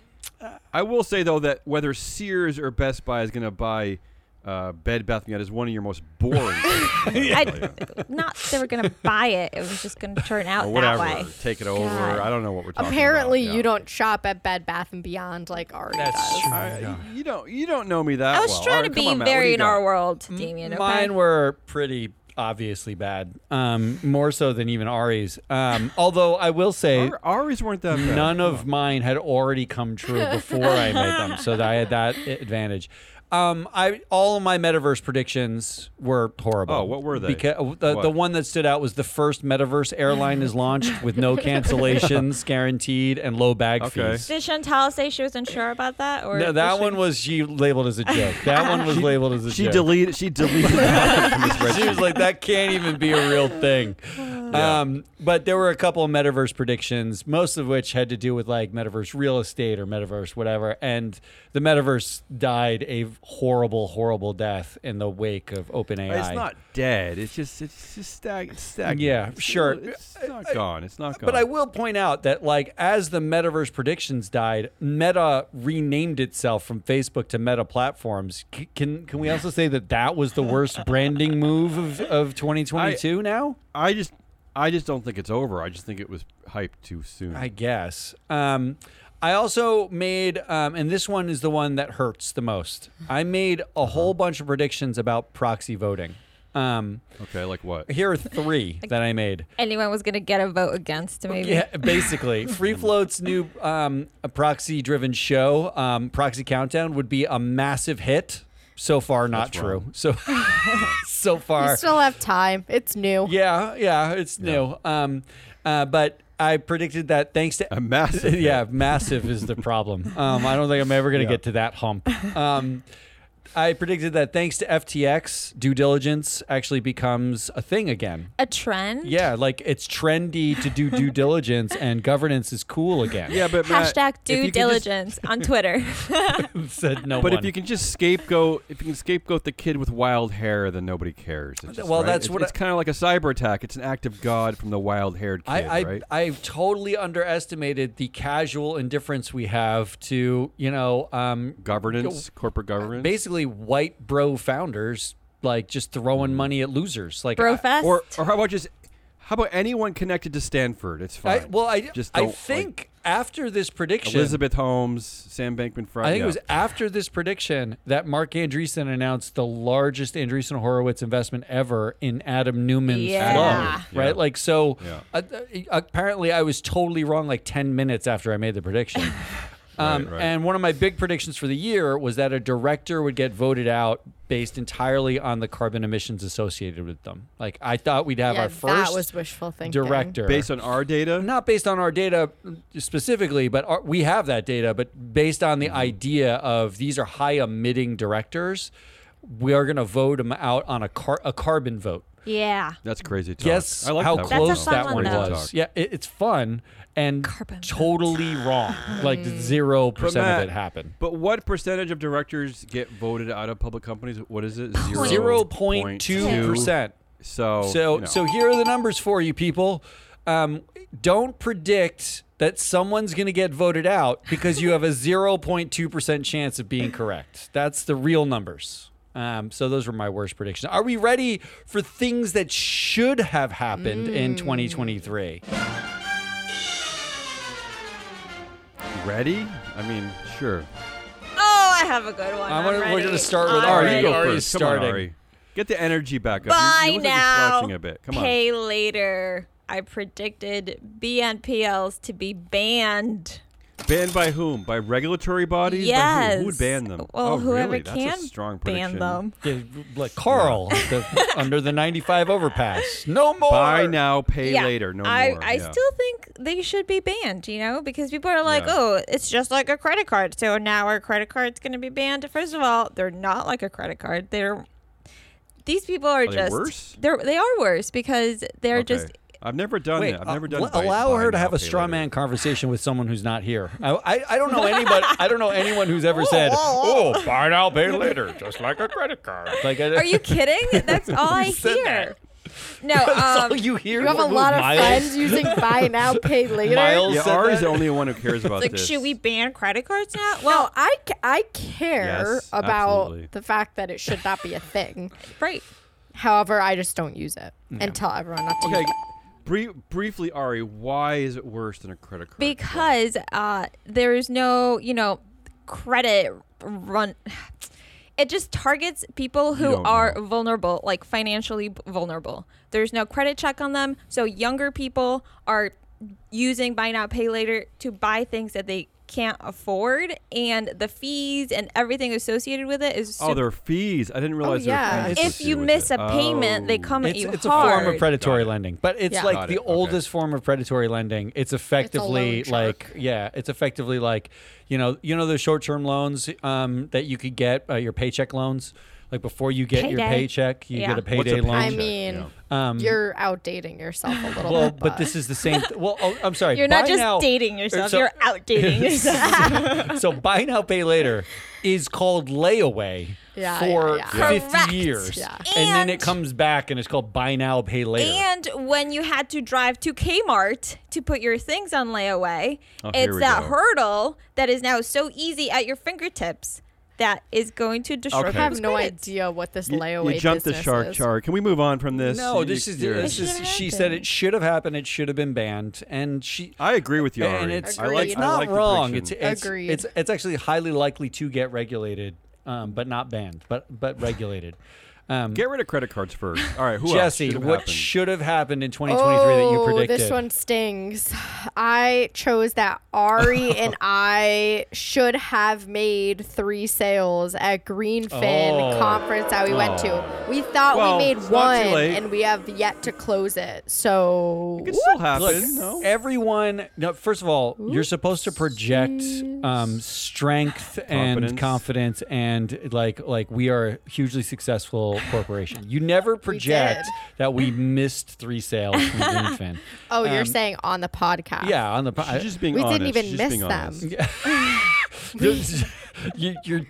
Speaker 1: I will say though that whether Sears or Best Buy is going to buy uh, Bed Bath and Beyond is one of your most boring.
Speaker 2: [LAUGHS]
Speaker 1: predictions.
Speaker 2: I, not they
Speaker 1: [LAUGHS]
Speaker 2: were gonna buy it. It was just gonna turn out
Speaker 1: or
Speaker 2: that
Speaker 1: whatever.
Speaker 2: way.
Speaker 1: Take it over.
Speaker 2: God.
Speaker 1: I don't know what we're talking
Speaker 4: Apparently,
Speaker 1: about. Yeah.
Speaker 4: you don't shop at Bed Bath and Beyond like Ari
Speaker 3: That's
Speaker 4: does.
Speaker 3: true.
Speaker 1: I- you don't. You don't know me that
Speaker 2: I was
Speaker 1: Oh, well.
Speaker 2: trying
Speaker 1: Ari, come
Speaker 2: to be
Speaker 1: on, Matt, what do
Speaker 2: very
Speaker 1: you
Speaker 2: in
Speaker 1: got?
Speaker 2: our world, Damien. Okay?
Speaker 3: Mine were pretty obviously bad. Um, more so than even Ari's.
Speaker 2: [LAUGHS]
Speaker 3: Um, although I will say.
Speaker 1: Ar- Ari's weren't that bad.
Speaker 3: None of mine had already come true before I made them, so that I
Speaker 2: [LAUGHS]
Speaker 3: had that i- advantage. Um, I all of my metaverse predictions were horrible.
Speaker 1: Oh, what were they?
Speaker 3: Because the, the
Speaker 1: What?
Speaker 3: one that stood out was the first metaverse airline is launched
Speaker 2: [LAUGHS]
Speaker 3: with no cancellations guaranteed and low bag
Speaker 1: Okay.
Speaker 3: fees.
Speaker 2: Did Chantal say she was unsure about that? Or
Speaker 3: No,
Speaker 2: was
Speaker 3: that
Speaker 2: she-
Speaker 3: one was she labeled as a joke. That one was labeled as
Speaker 1: [LAUGHS]
Speaker 3: a
Speaker 1: She
Speaker 3: joke.
Speaker 1: deleted. She deleted. nothing from the
Speaker 3: [LAUGHS] she was
Speaker 1: spreadsheet.
Speaker 3: like, that can't even be a real thing.
Speaker 1: [LAUGHS] Yeah.
Speaker 3: Um, but there were a couple of metaverse predictions, most of which had to do with like metaverse real estate or metaverse whatever. And the metaverse died a horrible, horrible death in the wake of OpenAI.
Speaker 1: It's not dead. It's just. It's just stag. It's stagnant.
Speaker 3: Yeah,
Speaker 1: It's
Speaker 3: sure.
Speaker 1: still- It's not gone. It's not gone.
Speaker 3: But I will point out that, like, as the metaverse predictions died, Meta renamed itself from Facebook to Meta Platforms. C- can can we also say that that was the worst branding move of, of 2022 now?
Speaker 1: I just. I just don't think it's over. I just think it was hyped too soon.
Speaker 3: I guess. Um, I also made, um, and this one is the one that hurts the most. I made a whole bunch of predictions about proxy voting. Um,
Speaker 1: okay, like what?
Speaker 3: [LAUGHS] here are three that I made.
Speaker 2: anyone was gonna get a vote against maybe.
Speaker 3: Yeah, basically, Free Float's new um, proxy-driven show, um, Proxy Countdown, would be a massive hit. So far, not
Speaker 1: That's
Speaker 3: true.
Speaker 1: wrong.
Speaker 3: So, [LAUGHS] so far,
Speaker 4: You still have time. It's new.
Speaker 3: yeah, yeah, it's new. Um, uh, but I predicted that thanks to
Speaker 1: A massive hit.
Speaker 3: [LAUGHS] yeah, massive is the
Speaker 1: [LAUGHS]
Speaker 3: problem. Um, I don't think I'm ever going to
Speaker 1: Yeah.
Speaker 3: get to that hump. Um, I predicted that thanks to FTX, due diligence actually becomes a thing again.
Speaker 2: A trend?
Speaker 3: Yeah, like it's trendy to do due diligence, and governance is cool again.
Speaker 1: Yeah, but Matt,
Speaker 2: Hashtag
Speaker 1: if you
Speaker 2: due
Speaker 1: could just-
Speaker 2: diligence on
Speaker 1: [LAUGHS]
Speaker 2: Twitter.
Speaker 3: [LAUGHS] said no
Speaker 1: but
Speaker 3: one.
Speaker 1: if you can just scapegoat, if you can scapegoat the kid with wild hair, then nobody cares. It's just-
Speaker 3: Well,
Speaker 1: right?
Speaker 3: that's
Speaker 1: It's-
Speaker 3: what
Speaker 1: it's
Speaker 3: I-
Speaker 1: kind of like a cyber attack. It's an act of God from the wild-haired kid,
Speaker 3: I, I,
Speaker 1: right?
Speaker 3: I totally underestimated the casual indifference we have to, you know, um,
Speaker 1: governance, corporate governance.
Speaker 3: basically white bro founders like just
Speaker 1: Mm-hmm.
Speaker 3: throwing money at losers. Like I-
Speaker 2: Brofest?
Speaker 1: or, or how about just how about anyone connected to Stanford? It's
Speaker 3: I,
Speaker 1: fine.
Speaker 3: well, I
Speaker 1: Just
Speaker 3: I
Speaker 1: don't, like,
Speaker 3: think after this prediction,
Speaker 1: Elizabeth Holmes, Sam Bankman-Fried.
Speaker 3: I think
Speaker 1: yeah.
Speaker 3: it was after this prediction that Mark Andreessen announced the largest Andreessen Horowitz investment ever in Adam Newman's
Speaker 2: Yeah.
Speaker 3: flow,
Speaker 1: Yeah.
Speaker 3: right? Like so.
Speaker 1: Yeah.
Speaker 3: uh, uh, apparently, I was totally wrong. Like ten minutes after I made the prediction.
Speaker 1: [LAUGHS]
Speaker 3: Um,
Speaker 1: Right, right.
Speaker 3: And one of my big predictions for the year was that a director would get voted out based entirely on the carbon emissions associated with them. Like I thought we'd have
Speaker 4: Yeah,
Speaker 3: our first
Speaker 4: that was wishful thinking.
Speaker 3: director
Speaker 1: based on our data.
Speaker 3: not based on our data specifically, but our, we have that data, but based on the idea of these are high emitting directors, we are going to vote them out on a, car- a carbon vote.
Speaker 2: yeah.
Speaker 1: That's crazy talk.
Speaker 3: Guess
Speaker 1: I like
Speaker 3: how
Speaker 1: that one,
Speaker 3: close
Speaker 2: though. That's a
Speaker 3: that
Speaker 2: fun
Speaker 3: one
Speaker 2: one,
Speaker 1: though.
Speaker 3: was. Yeah, it, it's fun and
Speaker 2: Carbon Mm.
Speaker 3: totally wrong. Like zero percent
Speaker 1: Matt,
Speaker 3: of it happened.
Speaker 1: But what percentage of directors get voted out of public companies? What is it?
Speaker 3: Zero point two percent.
Speaker 1: So
Speaker 3: So,
Speaker 1: you know.
Speaker 3: so here are the numbers for you, people. Um, don't predict that someone's going to get voted out because you have a 0.2% chance of being correct. That's the real numbers. Um, so those were my worst predictions. Are we ready for things that should have happened in 2023?
Speaker 1: ready? I mean, sure.
Speaker 2: Oh, I have a good one.
Speaker 3: I'm
Speaker 2: I'm
Speaker 3: gonna- we're
Speaker 2: ready.
Speaker 3: gonna start with
Speaker 2: I'm
Speaker 3: Ari.
Speaker 2: ready.
Speaker 3: You go
Speaker 1: Go
Speaker 3: Ari's
Speaker 1: first. Come
Speaker 3: starting.
Speaker 1: on, Ari. Get the energy back up. You-
Speaker 2: By
Speaker 1: you look like you're
Speaker 2: now,
Speaker 1: slouching a bit. Come on.
Speaker 2: pay later. I predicted BNPLs to be banned.
Speaker 1: Banned by whom? By regulatory bodies? By
Speaker 2: yes.
Speaker 1: who? who would ban them?
Speaker 2: Well,
Speaker 1: oh,
Speaker 2: whoever
Speaker 1: really?
Speaker 2: can
Speaker 1: That's a strong prediction.
Speaker 2: ban them.
Speaker 3: Yeah, Like Carl the- under the 95 overpass. No more.
Speaker 1: Buy now, pay
Speaker 2: yeah.
Speaker 1: later. No
Speaker 2: I,
Speaker 1: more.
Speaker 2: I
Speaker 1: Yeah.
Speaker 2: still think they should be banned, you know, because people are like,
Speaker 1: Yeah.
Speaker 2: oh, it's just like a credit card. So now our credit card's going to be banned. First of all, they're not like a credit card. They're these people are,
Speaker 1: they
Speaker 2: just
Speaker 1: worse?
Speaker 2: they're they are worse because they're
Speaker 1: Okay.
Speaker 2: just
Speaker 1: I've never done that. I've never done.
Speaker 3: uh,
Speaker 1: buy-
Speaker 3: allow
Speaker 1: buy
Speaker 3: her to
Speaker 1: now,
Speaker 3: have a
Speaker 1: pay
Speaker 3: straw
Speaker 1: later.
Speaker 3: man conversation with someone who's not here. I, I, I don't know anybody. I don't know anyone who's ever said, "Oh, buy now, pay later," just like a credit card. Like, I,
Speaker 2: Are
Speaker 3: [LAUGHS]
Speaker 1: [LAUGHS]
Speaker 2: you kidding? That's all I
Speaker 3: said
Speaker 2: hear. No,
Speaker 3: That's
Speaker 2: um,
Speaker 3: all you hear.
Speaker 4: You have a
Speaker 3: from
Speaker 4: lot of
Speaker 3: Miles?
Speaker 1: [LAUGHS]
Speaker 4: friends using buy now, pay later.
Speaker 3: Miles
Speaker 1: Yeah,
Speaker 3: said
Speaker 1: Ari's
Speaker 3: that.
Speaker 1: the only one who
Speaker 2: [LAUGHS]
Speaker 1: cares about
Speaker 2: like
Speaker 1: this.
Speaker 2: should we ban credit cards now? Well,
Speaker 4: Well, I, ca- I care
Speaker 1: Yes,
Speaker 4: about
Speaker 1: absolutely.
Speaker 4: the fact that it should not be a thing.
Speaker 2: right.
Speaker 4: However, I just don't use it and tell everyone not to
Speaker 1: Okay,
Speaker 2: [LAUGHS]
Speaker 4: use it.
Speaker 1: brie- briefly, Ari, why is it worse than a credit card?
Speaker 2: Because uh, there is no, you know, credit run. It just targets people
Speaker 1: You
Speaker 2: who
Speaker 1: don't
Speaker 2: are
Speaker 1: know.
Speaker 2: vulnerable, like financially b- vulnerable. There's no credit check on them. So younger people are using buy now, pay later to buy things that they can't afford. And the fees and everything associated with it is
Speaker 1: oh,
Speaker 2: super
Speaker 1: there are fees. I didn't realize.
Speaker 4: yeah.
Speaker 1: there were fees
Speaker 2: Oh, if you
Speaker 1: associated with
Speaker 2: miss a
Speaker 1: it.
Speaker 2: payment,
Speaker 1: Oh.
Speaker 2: they come at
Speaker 3: It's,
Speaker 2: you
Speaker 3: it's a
Speaker 2: hard.
Speaker 3: form of predatory lending, but it's
Speaker 4: Yeah.
Speaker 3: like
Speaker 1: Got
Speaker 3: the
Speaker 1: it, okay.
Speaker 3: oldest form of predatory lending. It's effectively
Speaker 4: loan
Speaker 3: like
Speaker 4: shark.
Speaker 3: yeah, it's effectively like you know you know those short term loans um, that you could get uh, your paycheck loans. Like before you get your
Speaker 2: Payday.
Speaker 3: paycheck, you
Speaker 2: Yeah.
Speaker 3: get a
Speaker 2: What's a
Speaker 3: payday loan.
Speaker 4: I
Speaker 1: Yeah.
Speaker 4: mean,
Speaker 3: Um,
Speaker 4: you're outdating yourself a little
Speaker 3: Well,
Speaker 4: bit. [LAUGHS]
Speaker 3: but this is the same. Th- well, oh, I'm sorry.
Speaker 2: You're not
Speaker 3: buy
Speaker 2: just
Speaker 3: now-
Speaker 2: dating
Speaker 3: or
Speaker 2: yourself;
Speaker 3: so-
Speaker 2: you're
Speaker 3: [LAUGHS]
Speaker 2: outdating yourself.
Speaker 3: so buy now, pay later is called layaway
Speaker 4: Yeah,
Speaker 3: for
Speaker 4: yeah,
Speaker 2: yeah.
Speaker 3: 50
Speaker 2: Correct.
Speaker 3: years,
Speaker 4: Yeah.
Speaker 3: and then it
Speaker 2: And-
Speaker 3: comes back and it's called buy now, pay later.
Speaker 2: and when you had to drive to Kmart to put your things on layaway,
Speaker 1: Oh, here
Speaker 2: it's
Speaker 1: we
Speaker 2: that
Speaker 1: go.
Speaker 2: hurdle that is now so easy at your fingertips that is going to destroy.
Speaker 1: Okay.
Speaker 4: I have
Speaker 2: people's
Speaker 4: no
Speaker 2: credits.
Speaker 4: idea what this
Speaker 1: You,
Speaker 4: layaway
Speaker 1: you jumped the
Speaker 4: business
Speaker 1: shark,
Speaker 4: is.
Speaker 1: Char. Can we move on from this?
Speaker 3: no,
Speaker 1: You-
Speaker 3: this is
Speaker 1: you're-
Speaker 3: this is.
Speaker 2: should
Speaker 3: She
Speaker 2: happen.
Speaker 3: said it should have happened. It should have been banned, and she.
Speaker 1: I agree with you, Ari.
Speaker 3: and it's,
Speaker 1: I like,
Speaker 3: it's
Speaker 1: I
Speaker 3: not
Speaker 1: like the
Speaker 3: wrong. It's
Speaker 1: prediction.
Speaker 3: it's,
Speaker 4: Agreed.
Speaker 3: it's it's actually highly likely to get regulated, um, but not banned, but but regulated. Um,
Speaker 1: Get rid of credit cards first. All right, who else
Speaker 3: Jesse,
Speaker 1: should've
Speaker 3: what
Speaker 1: happened?
Speaker 3: should have happened in 2023 that you predicted?
Speaker 4: Oh, This one stings. I chose that
Speaker 1: [LAUGHS]
Speaker 4: Ari and I should have made three sales at Greenfin
Speaker 3: Oh.
Speaker 4: conference that we went to. We thought
Speaker 1: Well,
Speaker 4: we made
Speaker 1: it's not
Speaker 4: one
Speaker 1: too late.
Speaker 4: and we have yet to close it. So
Speaker 1: It could still happen.
Speaker 3: Look,
Speaker 1: no?
Speaker 3: everyone. No, first of all, you're supposed to project um, strength and
Speaker 1: Confidence.
Speaker 3: confidence, and like like we are a hugely successful corporation. You never project
Speaker 4: did.
Speaker 3: that we missed three sales from Greenfin.
Speaker 4: Oh, you're
Speaker 3: Um,
Speaker 4: saying on the podcast.
Speaker 3: Yeah, on the po-
Speaker 1: She's
Speaker 3: [LAUGHS]
Speaker 1: just being
Speaker 4: We
Speaker 1: honest.
Speaker 4: didn't even
Speaker 1: She's just
Speaker 4: miss
Speaker 1: being
Speaker 4: them.
Speaker 1: honest.
Speaker 3: you, you- you're,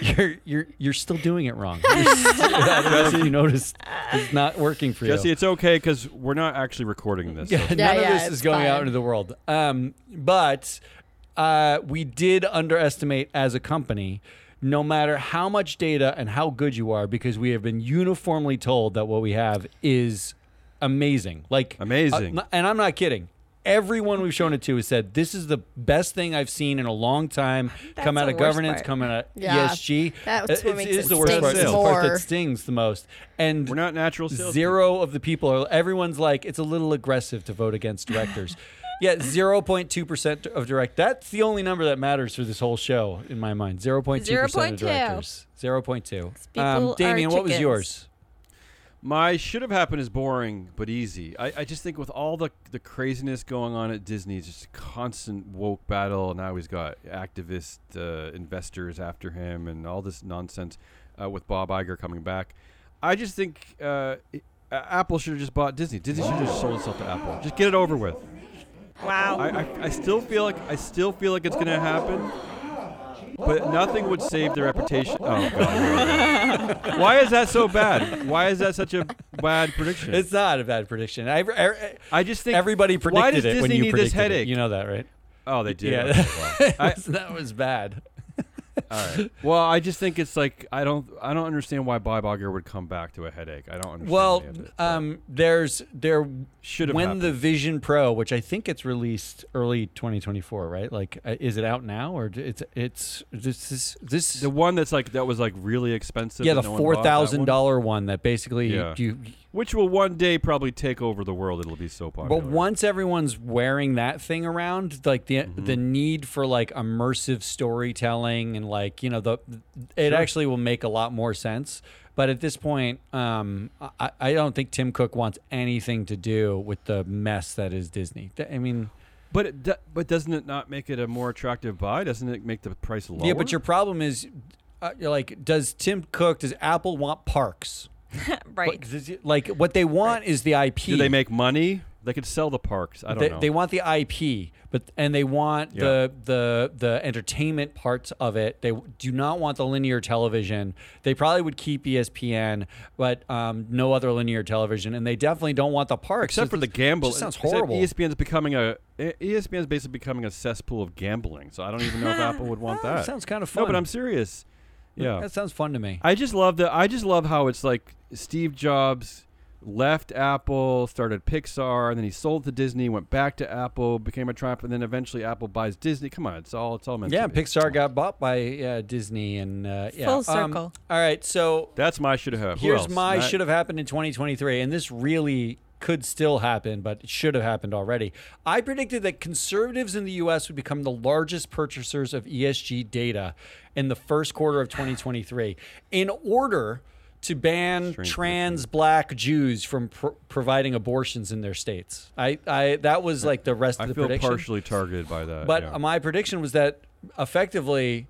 Speaker 3: you're you're you're still doing it wrong. You're still- I don't know if you noticed it's not working for you.
Speaker 1: Jesse, it's okay because we're not actually recording this.
Speaker 3: Yeah,
Speaker 1: so-
Speaker 3: none
Speaker 4: yeah,
Speaker 3: of this is
Speaker 4: it's
Speaker 3: going out
Speaker 4: fine.
Speaker 3: into the world. Um, but uh, we did underestimate as a company, no matter how much data and how good you are, because we have been uniformly told that what we have is amazing. Like
Speaker 1: Amazing.
Speaker 3: uh, and I'm not kidding. Everyone we've shown it to has said this is the best thing I've seen in a long time. come
Speaker 2: the
Speaker 3: out of
Speaker 2: worst
Speaker 3: governance,
Speaker 2: part.
Speaker 3: come out of E
Speaker 4: Yeah.
Speaker 3: ESG.
Speaker 4: That's
Speaker 3: It's-
Speaker 4: what makes
Speaker 3: is
Speaker 4: it
Speaker 3: the worst
Speaker 4: sting
Speaker 3: part. It's the part
Speaker 4: more.
Speaker 3: that stings the most. And
Speaker 1: We're not [LAUGHS] natural salespeople.
Speaker 3: zero of the people are everyone's like it's a little aggressive to vote
Speaker 1: [LAUGHS]
Speaker 3: against directors yeah 0.2% of direct that's the only number that matters for this whole show in my mind 0.2% of
Speaker 2: 0.2.
Speaker 3: directors 0.2
Speaker 2: people
Speaker 3: um,
Speaker 2: are
Speaker 3: damien what was
Speaker 2: chickens.
Speaker 3: yours
Speaker 1: My should have happened is boring but easy. I, I just think with all the the craziness going on at Disney, it's just a constant woke battle, and now he's got activist uh, investors after him, and all this nonsense uh, with Bob Iger coming back. I just think uh, it- uh, Apple should have just bought Disney. Disney should have just sold itself to Apple. Just get it over with.
Speaker 2: Wow.
Speaker 1: I, I, I still feel like I still feel like it's gonna happen. But nothing would save the reputation. Oh god.
Speaker 3: [LAUGHS]
Speaker 1: Why is that so bad? Why is that such a bad prediction?
Speaker 3: it's not a bad prediction I, I-
Speaker 1: I just think
Speaker 3: everybody predicted
Speaker 1: Why does
Speaker 3: it
Speaker 1: Disney
Speaker 3: when you
Speaker 1: need
Speaker 3: predicted
Speaker 1: this headache?
Speaker 3: it you know that right
Speaker 1: oh, they did.
Speaker 3: yeah.
Speaker 1: Okay,
Speaker 3: [LAUGHS]
Speaker 1: well. I,
Speaker 3: that was bad
Speaker 1: all right. Well, I just think it's like I don't I don't understand why Bob Auger would come back to a headache. I don't understand.
Speaker 3: [LAUGHS] well
Speaker 1: any of it.
Speaker 3: um, there's there
Speaker 1: Should have
Speaker 3: when
Speaker 1: happened.
Speaker 3: the vision pro which i think it's released early 2024 right like uh, is it out now or d- it's it's this is this
Speaker 1: the one that's like that was like really expensive.
Speaker 3: yeah
Speaker 1: and
Speaker 3: the
Speaker 1: no one
Speaker 3: four
Speaker 1: bought that
Speaker 3: thousand
Speaker 1: one,
Speaker 3: dollar one that basically
Speaker 1: Yeah.
Speaker 3: you
Speaker 1: which will one day probably take over the world. It'll be so popular.
Speaker 3: but once everyone's wearing that thing around like the
Speaker 1: Mm-hmm.
Speaker 3: the need for like immersive storytelling and like you know the it actually will make a lot more sense but at this point um I, I don't think tim cook wants anything to do with the mess that is disney Th- i mean
Speaker 1: But it do, but doesn't it not make it a more attractive buy? Doesn't it make the price lower?
Speaker 3: Yeah, but your problem is, uh, you're like, does Tim Cook, does Apple want parks?
Speaker 2: right.
Speaker 3: But does it- Like, what they want is the IP.
Speaker 1: do they make money? They could sell the parks. I don't
Speaker 3: They,
Speaker 1: know.
Speaker 3: they want the IP, but and they want the the the entertainment parts of it. They do not want the linear television. They probably would keep E ESPN, but um, no other linear television, and they definitely don't want the parks.
Speaker 1: Except for the gamble.
Speaker 3: Just sounds
Speaker 1: Except E
Speaker 3: horrible.
Speaker 1: ESPN's becoming a E, ESPN's basically becoming a cesspool of gambling. So I don't even know if Apple would want
Speaker 3: [LAUGHS] Oh,
Speaker 1: that.
Speaker 3: sounds kind of fun.
Speaker 1: no, but I'm serious. Yeah.
Speaker 3: that sounds fun to me.
Speaker 1: I just love the I just love how it's like Steve Jobs left Apple, started Pixar, and then he sold to Disney, went back to Apple, became a triumph, and then eventually Apple buys Disney. Come on, it's all it's all meant
Speaker 3: yeah,
Speaker 1: to be.
Speaker 3: Pixar got bought by uh, Disney, and uh, yeah.
Speaker 2: Full
Speaker 3: Um,
Speaker 2: circle.
Speaker 3: all right, so
Speaker 1: That's my should have.
Speaker 3: Here's my should have happened in 2023, and this really could still happen, but it should have happened already. I predicted that conservatives in the U.S. would become the largest purchasers of ESG data in the first quarter of 2023 in order to ban trans black Jews from pr- providing abortions in their states. I, I that was like the rest
Speaker 1: I
Speaker 3: of the
Speaker 1: feel
Speaker 3: prediction.
Speaker 1: partially targeted by that.
Speaker 3: But
Speaker 1: yeah.
Speaker 3: my prediction was that effectively,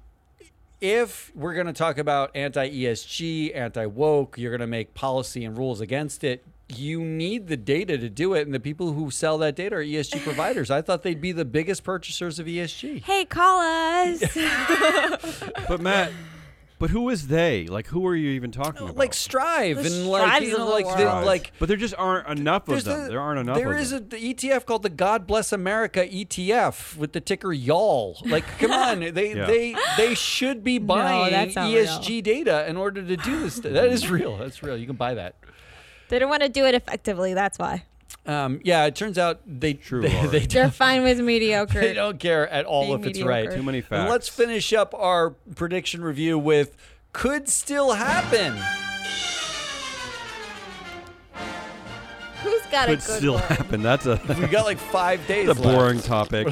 Speaker 3: if we're going to talk about anti ESG, anti woke, you're going to make policy and rules against it. You need the data to do it, and the people who sell that data are ESG providers. I thought they'd be the biggest purchasers of E ESG.
Speaker 2: Hey, call
Speaker 1: [LAUGHS]
Speaker 2: us.
Speaker 1: [LAUGHS] But Matt, but who is they? Like, who are you even talking about?
Speaker 3: Like Strive
Speaker 2: The
Speaker 3: and like
Speaker 2: Strives
Speaker 3: you know,
Speaker 2: of the
Speaker 3: like the-
Speaker 2: world.
Speaker 3: like
Speaker 1: but there just aren't enough of
Speaker 3: there's
Speaker 1: them.
Speaker 3: a-
Speaker 1: there aren't enough.
Speaker 3: There
Speaker 1: of
Speaker 3: is
Speaker 1: them.
Speaker 3: a the ETF called the God Bless America ETF with the ticker YAL. Like,
Speaker 1: [LAUGHS]
Speaker 3: come on, they
Speaker 1: Yeah.
Speaker 3: they they should be buying
Speaker 2: that's not
Speaker 3: ESG data in order to do this. that
Speaker 1: [LAUGHS]
Speaker 3: is real. That's real. You can buy that.
Speaker 2: they don't want to do it effectively. That's why.
Speaker 3: Um, yeah, it turns out they
Speaker 1: True,
Speaker 3: they,
Speaker 1: Laura.
Speaker 3: they don't- [LAUGHS]
Speaker 2: They're fine with
Speaker 1: [LAUGHS]
Speaker 2: mediocre.
Speaker 3: they don't care at all
Speaker 2: Being
Speaker 3: if it's
Speaker 2: mediocre.
Speaker 3: right.
Speaker 1: Too many
Speaker 3: And let's
Speaker 1: facts.
Speaker 3: finish up our prediction review with could still happen.
Speaker 2: got a
Speaker 1: could
Speaker 2: good
Speaker 1: still
Speaker 2: one.
Speaker 1: happen. That's a [LAUGHS]
Speaker 3: We got like five days.
Speaker 1: that's a
Speaker 3: left.
Speaker 1: boring topic.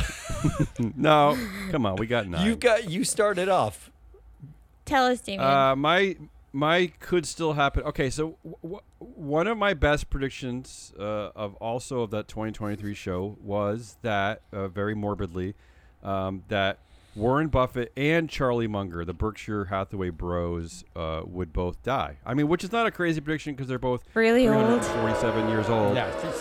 Speaker 1: [LAUGHS] no, come on, we got nine.
Speaker 3: You got you started off.
Speaker 2: Tell us, Damien.
Speaker 1: Uh, my my could still happen. Okay, so w- one of my best predictions uh, of also of that 2023 show was that uh, very morbidly um, that Warren Buffett and Charlie Munger, the Berkshire Hathaway Bros, uh, would both die. I mean, which is not a crazy prediction because they're both
Speaker 2: really old.
Speaker 1: 347 years old.
Speaker 3: Yeah.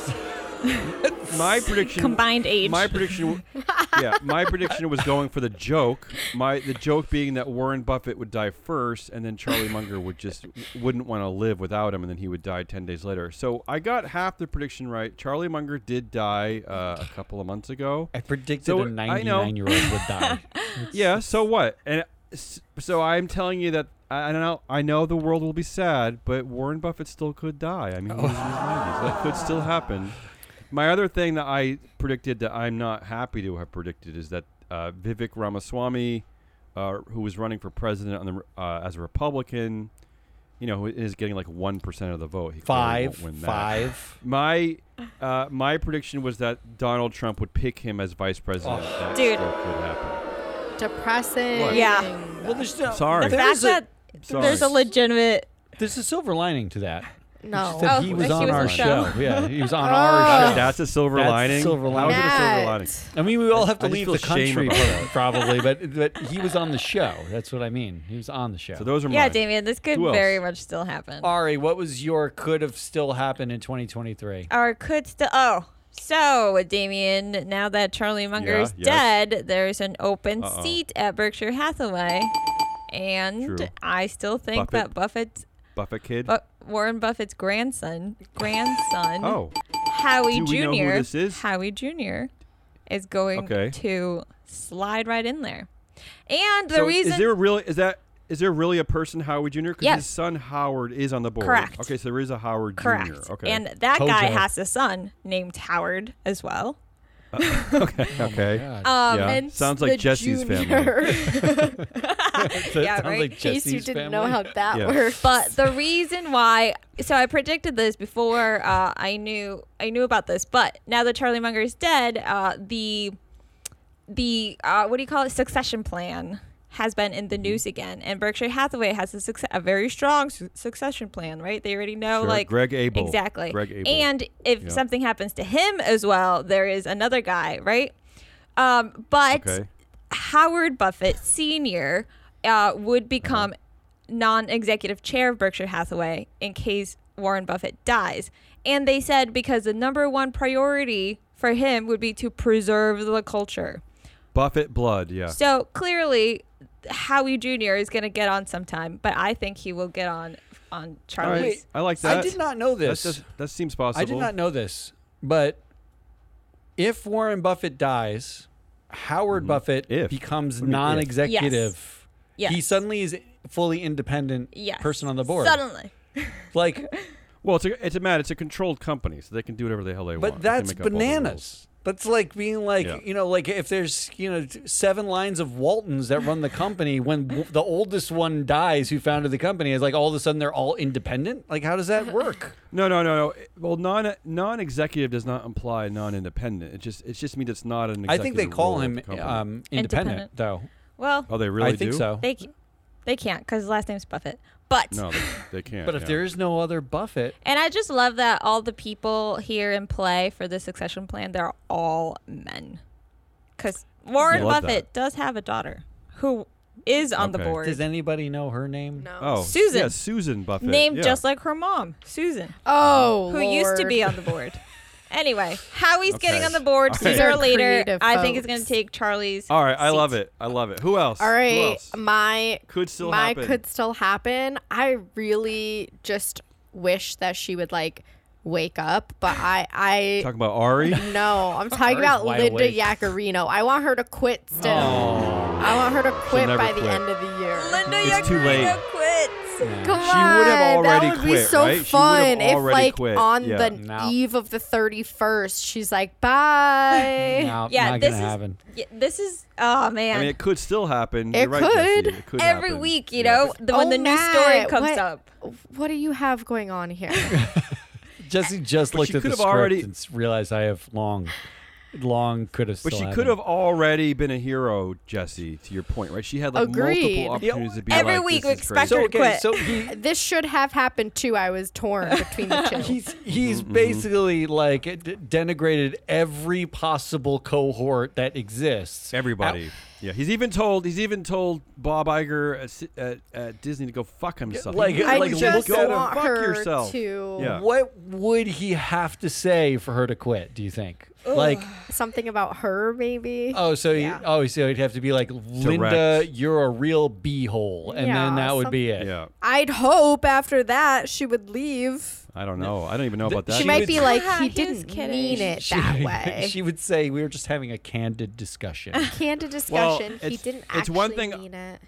Speaker 1: My prediction
Speaker 2: Combined age.
Speaker 1: my prediction, w- yeah, my prediction was going for the joke. My the joke being that Warren Buffett would die first, and then Charlie Munger would just wouldn't want to live without him, and then he would die ten days later. So I got half the prediction right. Charlie Munger did die uh, a couple of months ago.
Speaker 3: [LAUGHS] I predicted
Speaker 1: So,
Speaker 3: a
Speaker 1: I know.
Speaker 3: 99 year old would die.
Speaker 1: [LAUGHS] Yeah. So what? And s- so I'm telling you that I I know I know the world will be sad, but Warren Buffett still could die. I mean, he's in
Speaker 3: [LAUGHS]
Speaker 1: his 90s. That could still happen. My other thing that I predicted that I'm not happy to have predicted is that uh, Vivek Ramaswamy, uh, who was running for president on the, uh, as a Republican, you know, who is getting like one percent of the vote. He clearly won't
Speaker 3: Five,
Speaker 1: win that. [LAUGHS]
Speaker 3: five.
Speaker 1: My uh, my prediction was that Donald Trump would pick him as vice president. That
Speaker 2: Dude.
Speaker 1: still could happen.
Speaker 4: Depressing.
Speaker 1: What?
Speaker 2: Yeah.
Speaker 3: Well, there's no.
Speaker 1: Sorry.
Speaker 2: the
Speaker 1: There
Speaker 2: fact
Speaker 3: is a-
Speaker 2: that
Speaker 1: Sorry.
Speaker 2: there's a legitimate.
Speaker 3: There's a silver lining to that.
Speaker 4: No.
Speaker 3: It's that
Speaker 2: Oh,
Speaker 3: he was
Speaker 2: that he
Speaker 3: on
Speaker 2: was
Speaker 3: our
Speaker 2: on the show.
Speaker 3: show. Yeah, he was on
Speaker 4: Oh.
Speaker 3: our show.
Speaker 1: That's a silver
Speaker 3: That's a
Speaker 1: lining.
Speaker 3: silver
Speaker 1: How is it a silver lining?
Speaker 4: Matt.
Speaker 3: I mean, we all have to
Speaker 1: I just
Speaker 3: leave
Speaker 1: feel
Speaker 3: the
Speaker 1: shame
Speaker 3: country [LAUGHS]
Speaker 1: about that.
Speaker 3: probably, but but he was on the show. That's what I mean. He was on the show.
Speaker 1: So those are
Speaker 2: Yeah,
Speaker 1: mine.
Speaker 2: Damien, this could
Speaker 1: Who else?
Speaker 2: very much still happen.
Speaker 3: Ari, what was your could have still happened in 2023?
Speaker 2: or could still. Oh, so Damien, now that Charlie Munger
Speaker 1: Yeah,
Speaker 2: is
Speaker 1: yes. Uh-uh.
Speaker 2: dead, there's an open
Speaker 1: Uh-oh.
Speaker 2: seat at Berkshire Hathaway, and
Speaker 1: True.
Speaker 2: I still think
Speaker 1: Buffett.
Speaker 2: that Buffett's
Speaker 1: Buffett kid.
Speaker 2: but Warren Buffett's grandson, grandson
Speaker 1: oh,
Speaker 2: Howie
Speaker 1: Do
Speaker 2: Jr.
Speaker 1: we know who this is?
Speaker 2: Howie Jr. is going
Speaker 1: Okay.
Speaker 2: to slide right in there, and the
Speaker 1: so
Speaker 2: reason
Speaker 1: is there really is that is there really a person Howard Jr. Because
Speaker 2: Yes.
Speaker 1: his son Howard is on the board.
Speaker 2: Correct.
Speaker 1: Okay, so there is a Howard
Speaker 2: Correct.
Speaker 1: Jr. Okay.
Speaker 2: And that guy
Speaker 3: Hojo.
Speaker 2: has a son named Howard as well.
Speaker 1: [LAUGHS] okay. okay.
Speaker 3: God.
Speaker 2: Um,
Speaker 1: Yeah.
Speaker 2: and
Speaker 1: Sounds like
Speaker 4: The
Speaker 1: Jesse's family.
Speaker 4: junior. [LAUGHS]
Speaker 3: That
Speaker 2: [LAUGHS] yeah, right?
Speaker 3: sounds like
Speaker 2: In
Speaker 4: In case you
Speaker 3: Jesse's
Speaker 4: didn't
Speaker 3: family.
Speaker 4: know how that
Speaker 1: Yeah.
Speaker 4: works.
Speaker 2: but the reason why, so I predicted this before uh, I knew I knew about this, but now that Charlie Munger is dead, uh, the the uh, what do you call it succession plan has been in the news again, and Berkshire Hathaway has a, succe- a very strong su- succession plan, right? They already know
Speaker 1: Sure.
Speaker 2: like
Speaker 1: Greg Abel.
Speaker 2: exactly,
Speaker 1: Greg Abel.
Speaker 2: and if
Speaker 1: Yeah.
Speaker 2: something happens to him as well, there is another guy, right? Um, but [LAUGHS]
Speaker 1: Okay.
Speaker 2: Howard Buffett Sr. Uh, would become non executive chair of Berkshire Hathaway in case Warren Buffett dies. And they said because the number one priority for him would be to preserve the culture.
Speaker 1: Buffett blood. Yeah.
Speaker 2: So clearly, Howie Jr. is going to get on sometime, but I think he will get on on
Speaker 1: All right.
Speaker 2: Charlie's.
Speaker 3: Wait,
Speaker 1: I like that.
Speaker 3: I did not know
Speaker 1: That,
Speaker 3: this.
Speaker 1: does- that seems possible.
Speaker 3: I did not know this, but if Warren Buffett dies, Howard Buffett
Speaker 1: Mm-hmm. If.
Speaker 3: becomes
Speaker 1: What do you mean if?
Speaker 3: non-executive.
Speaker 2: Yes.
Speaker 3: He suddenly is fully independent
Speaker 2: Yes.
Speaker 3: person on the board.
Speaker 2: Suddenly. [LAUGHS]
Speaker 3: Like,
Speaker 1: Well, it's a, it's a Matt. It's a controlled company, so they can do whatever the hell they
Speaker 3: but
Speaker 1: want. They can
Speaker 3: that's
Speaker 1: make up all the rules.
Speaker 3: bananas. That's like being like,
Speaker 1: Yeah.
Speaker 3: you know, like if there's, you know, t- seven lines of Waltons that run the company, when w- [LAUGHS] the oldest one dies who founded the company, it's like all of a sudden they're all independent. Like, how does that work?
Speaker 1: No, no, no, no. Well, non non executive does not imply non independent. It just it just means it's not an.
Speaker 3: I
Speaker 1: Executive
Speaker 3: think they call
Speaker 1: role of
Speaker 3: him
Speaker 1: the company.
Speaker 3: um, independent,
Speaker 2: Independent.
Speaker 3: though.
Speaker 2: Well,
Speaker 1: oh, they really
Speaker 3: I think
Speaker 1: do?
Speaker 3: so.
Speaker 2: they, c- they can't because his last name's Buffett. But
Speaker 1: No, they,
Speaker 3: [LAUGHS]
Speaker 1: they can't.
Speaker 3: But if
Speaker 1: yeah.
Speaker 3: there is no other Buffett,
Speaker 2: And I just love that all the people here in play for the succession plan, they're all men. Because Warren
Speaker 1: Love
Speaker 2: Buffett does have a daughter who is on the
Speaker 1: Okay.
Speaker 2: board,
Speaker 3: does anybody know her name?
Speaker 4: no.
Speaker 1: Oh,
Speaker 2: Susan.
Speaker 1: Yeah, Susan Buffett.
Speaker 2: named
Speaker 1: yeah.
Speaker 2: just like her mom, Susan,
Speaker 4: Oh,
Speaker 2: who used to
Speaker 4: Lord.
Speaker 2: be on the board. anyway, Howie's
Speaker 1: Okay.
Speaker 2: getting on the board
Speaker 1: All
Speaker 2: sooner
Speaker 4: right.
Speaker 2: or later.
Speaker 4: Creative
Speaker 2: I think it's going
Speaker 4: folks.
Speaker 2: to take Charlie's.
Speaker 1: All right, I
Speaker 2: seat.
Speaker 1: love it. I love it. Who else?
Speaker 4: All
Speaker 1: Who
Speaker 4: right,
Speaker 1: else?
Speaker 4: my
Speaker 1: Could still
Speaker 4: my
Speaker 1: happen.
Speaker 4: could still happen. I really just wish that she would like wake up,
Speaker 1: [SIGHS]
Speaker 4: but I I
Speaker 1: Talking about Ari.
Speaker 4: [LAUGHS] no,
Speaker 1: [LAUGHS]
Speaker 4: I'm talking
Speaker 3: Ari's
Speaker 4: about
Speaker 3: wide
Speaker 4: Linda
Speaker 3: awake.
Speaker 4: Yacarino. I want her to quit still.
Speaker 3: Oh.
Speaker 4: I want her to quit
Speaker 1: never
Speaker 4: by the
Speaker 1: quit.
Speaker 4: end of the year.
Speaker 2: Linda
Speaker 1: It's too
Speaker 2: Yacarino
Speaker 1: late.
Speaker 2: quits.
Speaker 3: Oh,
Speaker 4: Come
Speaker 1: She would have
Speaker 4: on,
Speaker 1: already
Speaker 4: that would be
Speaker 1: quit,
Speaker 4: so
Speaker 1: right? She would have
Speaker 4: fun if,
Speaker 1: already
Speaker 4: like,
Speaker 1: quit.
Speaker 4: on
Speaker 1: Yeah.
Speaker 4: the
Speaker 3: No.
Speaker 4: eve of the 31st, she's like, "Bye."
Speaker 3: No,
Speaker 2: Yeah,
Speaker 3: not
Speaker 2: this
Speaker 3: gonna
Speaker 2: is-
Speaker 3: happen.
Speaker 2: Yeah, this is. Oh, man.
Speaker 1: I mean, it could still happen.
Speaker 4: It
Speaker 1: You're right, Jesse.
Speaker 4: could.
Speaker 1: It could
Speaker 2: Every
Speaker 1: happen.
Speaker 2: week, you
Speaker 1: Yeah.
Speaker 2: know, the, when
Speaker 4: Oh,
Speaker 2: the new story
Speaker 4: Matt,
Speaker 2: comes
Speaker 4: what-
Speaker 2: up.
Speaker 1: [LAUGHS]
Speaker 4: What do you have going on here?
Speaker 3: Jesse just
Speaker 1: But
Speaker 3: looked
Speaker 1: she
Speaker 3: at the
Speaker 1: could've
Speaker 3: script
Speaker 1: already-
Speaker 3: and s- realized I have long, long could have.
Speaker 1: But she could have already been a hero, Jesse. To your point, right? She had like
Speaker 4: Agreed.
Speaker 1: multiple opportunities to be
Speaker 2: Every
Speaker 1: like,
Speaker 2: week
Speaker 1: this
Speaker 2: we
Speaker 1: is
Speaker 2: expect
Speaker 1: crazy.
Speaker 3: So
Speaker 2: her-
Speaker 3: okay,
Speaker 2: quit. [LAUGHS]
Speaker 3: so he,
Speaker 4: This should have happened too. I was torn
Speaker 1: [LAUGHS]
Speaker 4: between the two.
Speaker 3: he's he's basically like d- denigrated every possible cohort that exists.
Speaker 1: Everybody. yeah, he's even told he's even told Bob Iger at, Si- at, at Disney to go fuck himself.
Speaker 3: like-
Speaker 1: He
Speaker 4: I
Speaker 1: literally
Speaker 3: like,
Speaker 4: just
Speaker 1: go
Speaker 3: look at
Speaker 1: and
Speaker 4: want
Speaker 1: fuck
Speaker 4: her
Speaker 1: yourself.
Speaker 4: to
Speaker 1: Yeah.
Speaker 3: What would he have to say for her to quit? Do you think? Like,
Speaker 4: something about her, maybe.
Speaker 3: oh, so
Speaker 4: Yeah.
Speaker 3: he, oh, so he'd have to be like, Linda,
Speaker 1: Direct.
Speaker 3: you're a real beehole, and then
Speaker 4: Yeah,
Speaker 3: that would be it.
Speaker 1: Yeah,
Speaker 4: I'd hope after that she would leave.
Speaker 1: I don't know. I don't even know about that.
Speaker 4: She, might
Speaker 3: would-
Speaker 4: be like,
Speaker 2: Ah, he
Speaker 4: he
Speaker 2: was
Speaker 4: didn't
Speaker 2: kidding."
Speaker 4: mean it
Speaker 1: [LAUGHS]
Speaker 4: that
Speaker 3: [LAUGHS]
Speaker 4: way.
Speaker 3: she would say we were just having a candid [LAUGHS] discussion.
Speaker 4: Candid
Speaker 1: Well,
Speaker 4: discussion. he
Speaker 1: it's-
Speaker 4: didn't actually
Speaker 1: it's one thing-
Speaker 4: mean it.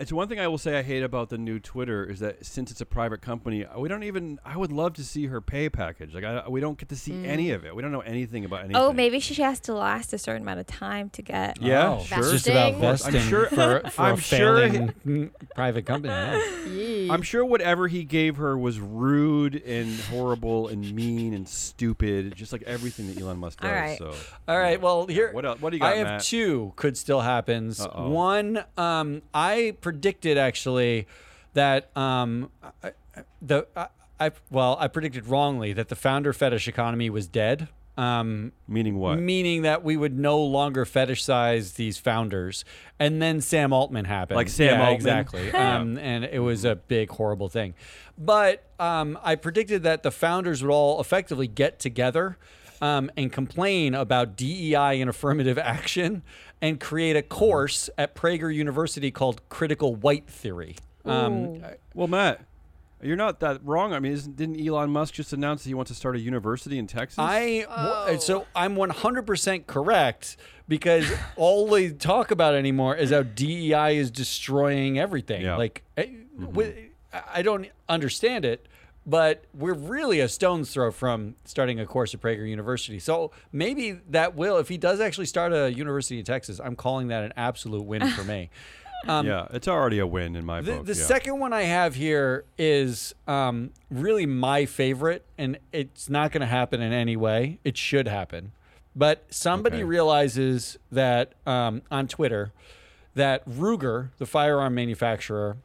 Speaker 1: It's one thing I will say I hate about the new Twitter is that since it's a private company, we don't even. I would love to see her pay package. Like I, we don't get to see
Speaker 3: Mm.
Speaker 1: any of it. We don't know anything about anything.
Speaker 2: Oh, maybe she has to last a certain amount of time to get.
Speaker 1: Yeah,
Speaker 3: Oh,
Speaker 1: sure.
Speaker 3: It's just about
Speaker 4: Vesting.
Speaker 1: I'm
Speaker 3: vesting
Speaker 1: sure-
Speaker 3: for, [LAUGHS] for
Speaker 1: I'm
Speaker 3: a
Speaker 1: sure he-
Speaker 3: failing mm, [LAUGHS] private company. yeah.
Speaker 1: I'm sure whatever he gave her was rude and horrible and mean and stupid, just like everything that Elon Musk does.
Speaker 2: All right.
Speaker 1: So,
Speaker 3: All right. Well, here.
Speaker 1: What else- what do you got,
Speaker 3: I have
Speaker 1: Matt?
Speaker 3: two. Could still happens.
Speaker 1: Uh-oh.
Speaker 3: One. Um, I predicted actually that um, I, I- the I, I well I predicted wrongly that the founder fetish economy was dead. Um,
Speaker 1: meaning what?
Speaker 3: Meaning that we would no longer fetishize these founders. And then Sam Altman happened.
Speaker 1: Like Sam
Speaker 3: Yeah,
Speaker 1: Altman.
Speaker 3: Exactly. um, and it was a big, horrible thing. But um, I predicted that the founders would all effectively get together. Um, and complain about DEI and affirmative action, and create a course at Prager University called Critical White Theory. Um,
Speaker 1: Well, Matt, you're not that wrong. I mean, isn't, didn't Elon Musk just announce that he wants to start a university in Texas?
Speaker 3: I w- so I'm 100% correct because all they talk about anymore is how DEI is destroying everything.
Speaker 1: Yeah.
Speaker 3: Like I wi- I don't understand it, but we're really a stone's throw from starting a course at Prager University. So maybe that will if he does actually start a university in Texas, I'm calling that an absolute win for me. Um,
Speaker 1: yeah, it's already a win in my
Speaker 3: the,
Speaker 1: book.
Speaker 3: the
Speaker 1: yeah.
Speaker 3: second one I have here is um, really my favorite, and it's not going to happen in any way. It should happen, but somebody
Speaker 1: Okay.
Speaker 3: realizes that um, on Twitter that Ruger, the firearm manufacturer,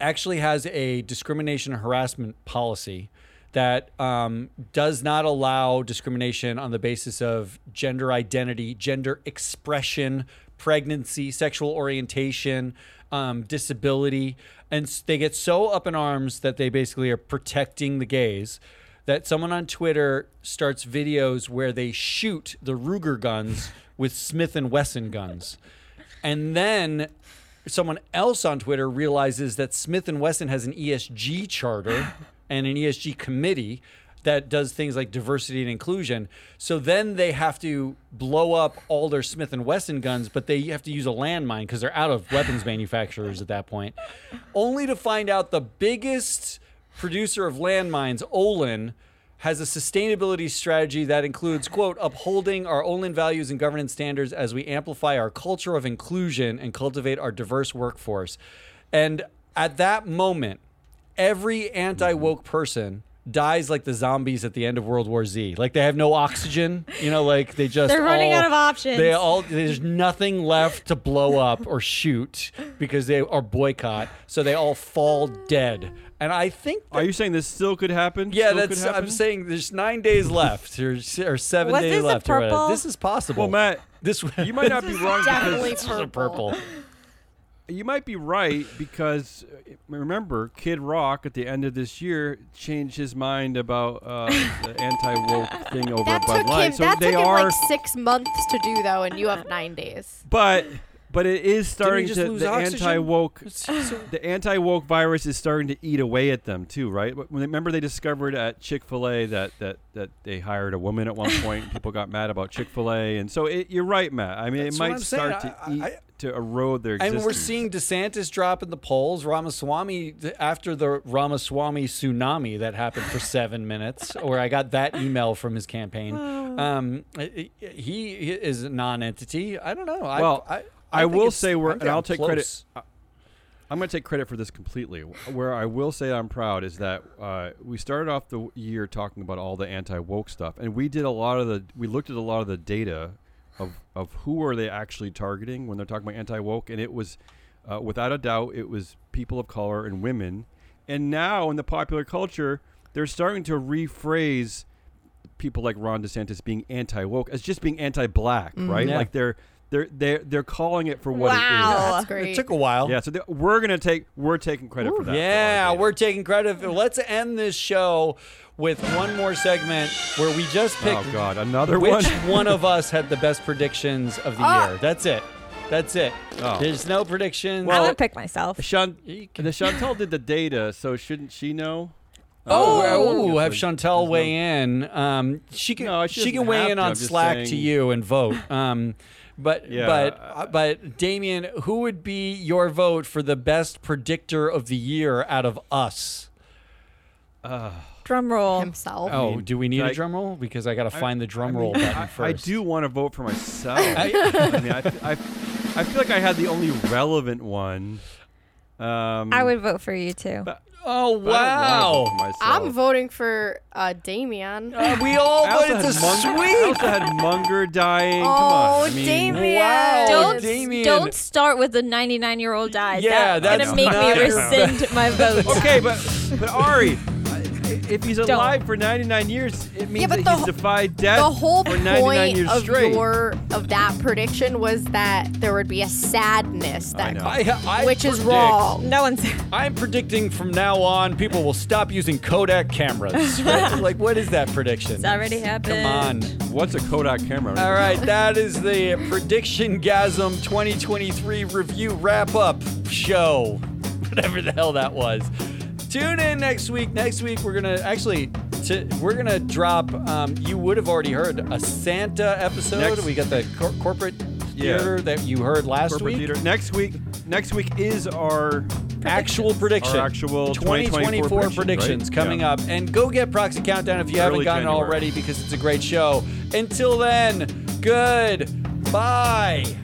Speaker 3: actually has a discrimination and harassment policy that um, does not allow discrimination on the basis of gender identity, gender expression, pregnancy, sexual orientation, um, disability. And s- they get so up in arms that they basically are protecting the gays that someone on Twitter starts videos where they shoot the Ruger guns with Smith and Wesson guns. And then someone else on Twitter realizes that Smith and Wesson has an ESG charter and an ESG committee that does things like diversity and inclusion. So then they have to blow up all their Smith and Wesson guns, but they have to use a landmine because they're out of weapons manufacturers at that point. Only to find out the biggest producer of landmines, Olin, has a sustainability strategy that includes, quote, upholding our Olin values and governance standards as we amplify our culture of inclusion and cultivate our diverse workforce. And at that moment, every anti woke person dies like the zombies at the end of World War Z. Like they have no oxygen, you know, like they just
Speaker 2: They're running
Speaker 3: all-
Speaker 2: out of options.
Speaker 3: They all there's nothing left to blow up or shoot because they are boycott, so they all fall dead. And I think that
Speaker 1: Are you saying this still could happen?
Speaker 3: yeah,
Speaker 1: Still could
Speaker 3: that's. I'm
Speaker 1: happen?
Speaker 3: saying there's nine days left, or, s- or seven
Speaker 2: Was
Speaker 3: days
Speaker 2: this a
Speaker 3: left. or whatever.
Speaker 2: purple?
Speaker 3: This is possible.
Speaker 1: Well, Matt,
Speaker 3: [LAUGHS] this
Speaker 1: Oh, you might not be wrong because
Speaker 4: Definitely
Speaker 3: this is a purple.
Speaker 1: you might be right because uh, remember Kid Rock at the end of this year changed his mind about uh,
Speaker 3: [LAUGHS]
Speaker 1: the anti-woke thing over
Speaker 4: That
Speaker 1: Bud
Speaker 4: took
Speaker 1: Light.
Speaker 4: him.
Speaker 1: so
Speaker 4: that
Speaker 1: they
Speaker 4: took him
Speaker 1: are
Speaker 4: like six months to do though, and you have nine days.
Speaker 1: but but it is starting
Speaker 3: just
Speaker 1: to
Speaker 3: lose
Speaker 1: the
Speaker 3: oxygen?
Speaker 1: anti woke the anti woke virus is starting to eat away at them too, right? But when- Remember they discovered at Chick fil A that, that that they hired a woman at one point. and people got mad about Chick fil A, and so it, you're right, Matt. I mean,
Speaker 3: That's
Speaker 1: it
Speaker 3: what
Speaker 1: might
Speaker 3: I'm saying.
Speaker 1: start
Speaker 3: I-
Speaker 1: to eat
Speaker 3: I- I-
Speaker 1: to erode their existence.
Speaker 3: And we're seeing DeSantis drop in the polls. Ramaswamy th- after the Ramaswamy tsunami that
Speaker 1: [LAUGHS]
Speaker 3: happened for seven minutes, or I got that email from
Speaker 1: [SIGHS]
Speaker 3: his campaign. Um, i- i- he is a non-entity. I don't know. I,
Speaker 1: Well,
Speaker 3: I,
Speaker 1: I
Speaker 3: think
Speaker 1: will
Speaker 3: it's-
Speaker 1: say we're-
Speaker 3: I think
Speaker 1: and I'll
Speaker 3: I'm
Speaker 1: take
Speaker 3: close.
Speaker 1: credit- I'm going to take credit for this completely. Where I will say I'm proud is that uh, we started off the year talking about all the anti woke stuff, and we did a lot of the we looked at a lot of the data of of who are they actually targeting when they're talking about anti woke, and it was uh, without a doubt it was people of color and women, and now in the popular culture they're starting to rephrase people like Ron DeSantis being anti woke as just being anti black, right?
Speaker 3: Yeah.
Speaker 1: Like they're they're they're they're calling it for what it is.
Speaker 2: Wow.
Speaker 4: That's
Speaker 3: It
Speaker 4: great.
Speaker 3: took a while.
Speaker 1: Yeah, so th- we're gonna take we're taking credit for that. oh,
Speaker 3: Yeah,
Speaker 1: for our
Speaker 3: we're taking credit. for- Let's end this show with one more segment where we just pick
Speaker 1: data. oh god, another
Speaker 3: which
Speaker 1: one.
Speaker 3: one of us had the best predictions of the
Speaker 4: Ah.
Speaker 3: year. That's it. That's it.
Speaker 1: Oh.
Speaker 3: There's no predictions.
Speaker 2: I
Speaker 1: Well-
Speaker 2: would pick myself.
Speaker 1: [LAUGHS] Shant-
Speaker 3: You can-
Speaker 1: the Chantel did the data, so shouldn't she know?
Speaker 3: oh,
Speaker 2: Oh.
Speaker 3: ooh, have Chantel
Speaker 1: There's no-
Speaker 3: weigh in. Um, she can
Speaker 1: No, she
Speaker 3: she, can
Speaker 1: doesn't
Speaker 3: weigh
Speaker 1: have
Speaker 3: in
Speaker 1: to.
Speaker 3: on
Speaker 1: I'm just
Speaker 3: Slack to
Speaker 1: saying-
Speaker 3: you and vote.
Speaker 1: [LAUGHS]
Speaker 3: Um, but
Speaker 1: Yeah,
Speaker 3: but
Speaker 1: uh,
Speaker 3: but Damien, who would be your vote for the best predictor of the year out of us?
Speaker 2: Drum roll.
Speaker 4: himself.
Speaker 3: Oh,
Speaker 1: mean,
Speaker 3: do we need a
Speaker 1: like-
Speaker 3: drum roll? Because I got to find the drum
Speaker 1: I
Speaker 3: roll
Speaker 1: mean,
Speaker 3: button
Speaker 1: I,
Speaker 3: first.
Speaker 1: I do want to vote for myself. [LAUGHS] I, mean, I, I, I feel like I had the only relevant one. Um,
Speaker 2: I would vote for you too.
Speaker 3: Oh
Speaker 1: but I don't wanna vote for
Speaker 3: wow!
Speaker 1: myself.
Speaker 4: I'm voting for uh, Damien.
Speaker 3: Uh, we all
Speaker 1: Oh, I also
Speaker 3: voted to
Speaker 1: had Munger- I
Speaker 3: sweep.
Speaker 1: also had Munger dying. Come
Speaker 4: Oh,
Speaker 1: on. I mean,
Speaker 4: Damien.
Speaker 3: Wow.
Speaker 4: oh,
Speaker 2: don't
Speaker 3: Damien.
Speaker 2: don't start with the 99 year old dies.
Speaker 3: Yeah,
Speaker 2: that's,
Speaker 3: that's
Speaker 2: gonna make
Speaker 1: not
Speaker 2: me
Speaker 1: your-
Speaker 2: rescind my vote.
Speaker 1: [LAUGHS] Okay, but but Ari, I- if he's
Speaker 2: Don't.
Speaker 1: alive for 99 years, it means
Speaker 4: Yeah, but
Speaker 1: that
Speaker 4: the
Speaker 1: he's
Speaker 4: wh-
Speaker 1: defied death
Speaker 4: The whole
Speaker 1: for 99
Speaker 4: point
Speaker 1: years
Speaker 4: of
Speaker 1: straight.
Speaker 4: your of that prediction was that there would be a sadness that
Speaker 1: know.
Speaker 4: comes,
Speaker 3: I, I
Speaker 4: which is
Speaker 3: predict-
Speaker 4: wrong.
Speaker 2: No one's.
Speaker 3: I'm predicting from now on, people will stop using Kodak cameras. Right? like, what is that prediction?
Speaker 2: It's already happened.
Speaker 3: Come on.
Speaker 1: What's a Kodak camera?
Speaker 3: All right, that is the Prediction Gasm 2023 review wrap up show. Whatever the hell that was. Tune in next week. Next week, we're going to actually. To, we're gonna drop. Um, you would have already heard a Santa episode.
Speaker 1: Next-
Speaker 3: we got the cor- corporate
Speaker 1: Yeah.
Speaker 3: theater that you heard last
Speaker 1: Corporate
Speaker 3: week.
Speaker 1: theater. Next week, next week is our
Speaker 3: actual prediction.
Speaker 1: Our actual
Speaker 3: 2024
Speaker 1: 2024 prediction,
Speaker 3: predictions
Speaker 1: right?
Speaker 3: coming
Speaker 1: Yeah.
Speaker 3: up. And go get Proxy Countdown if you haven't
Speaker 1: Early
Speaker 3: gotten it
Speaker 1: January.
Speaker 3: already because it's a great show. Until then, good bye.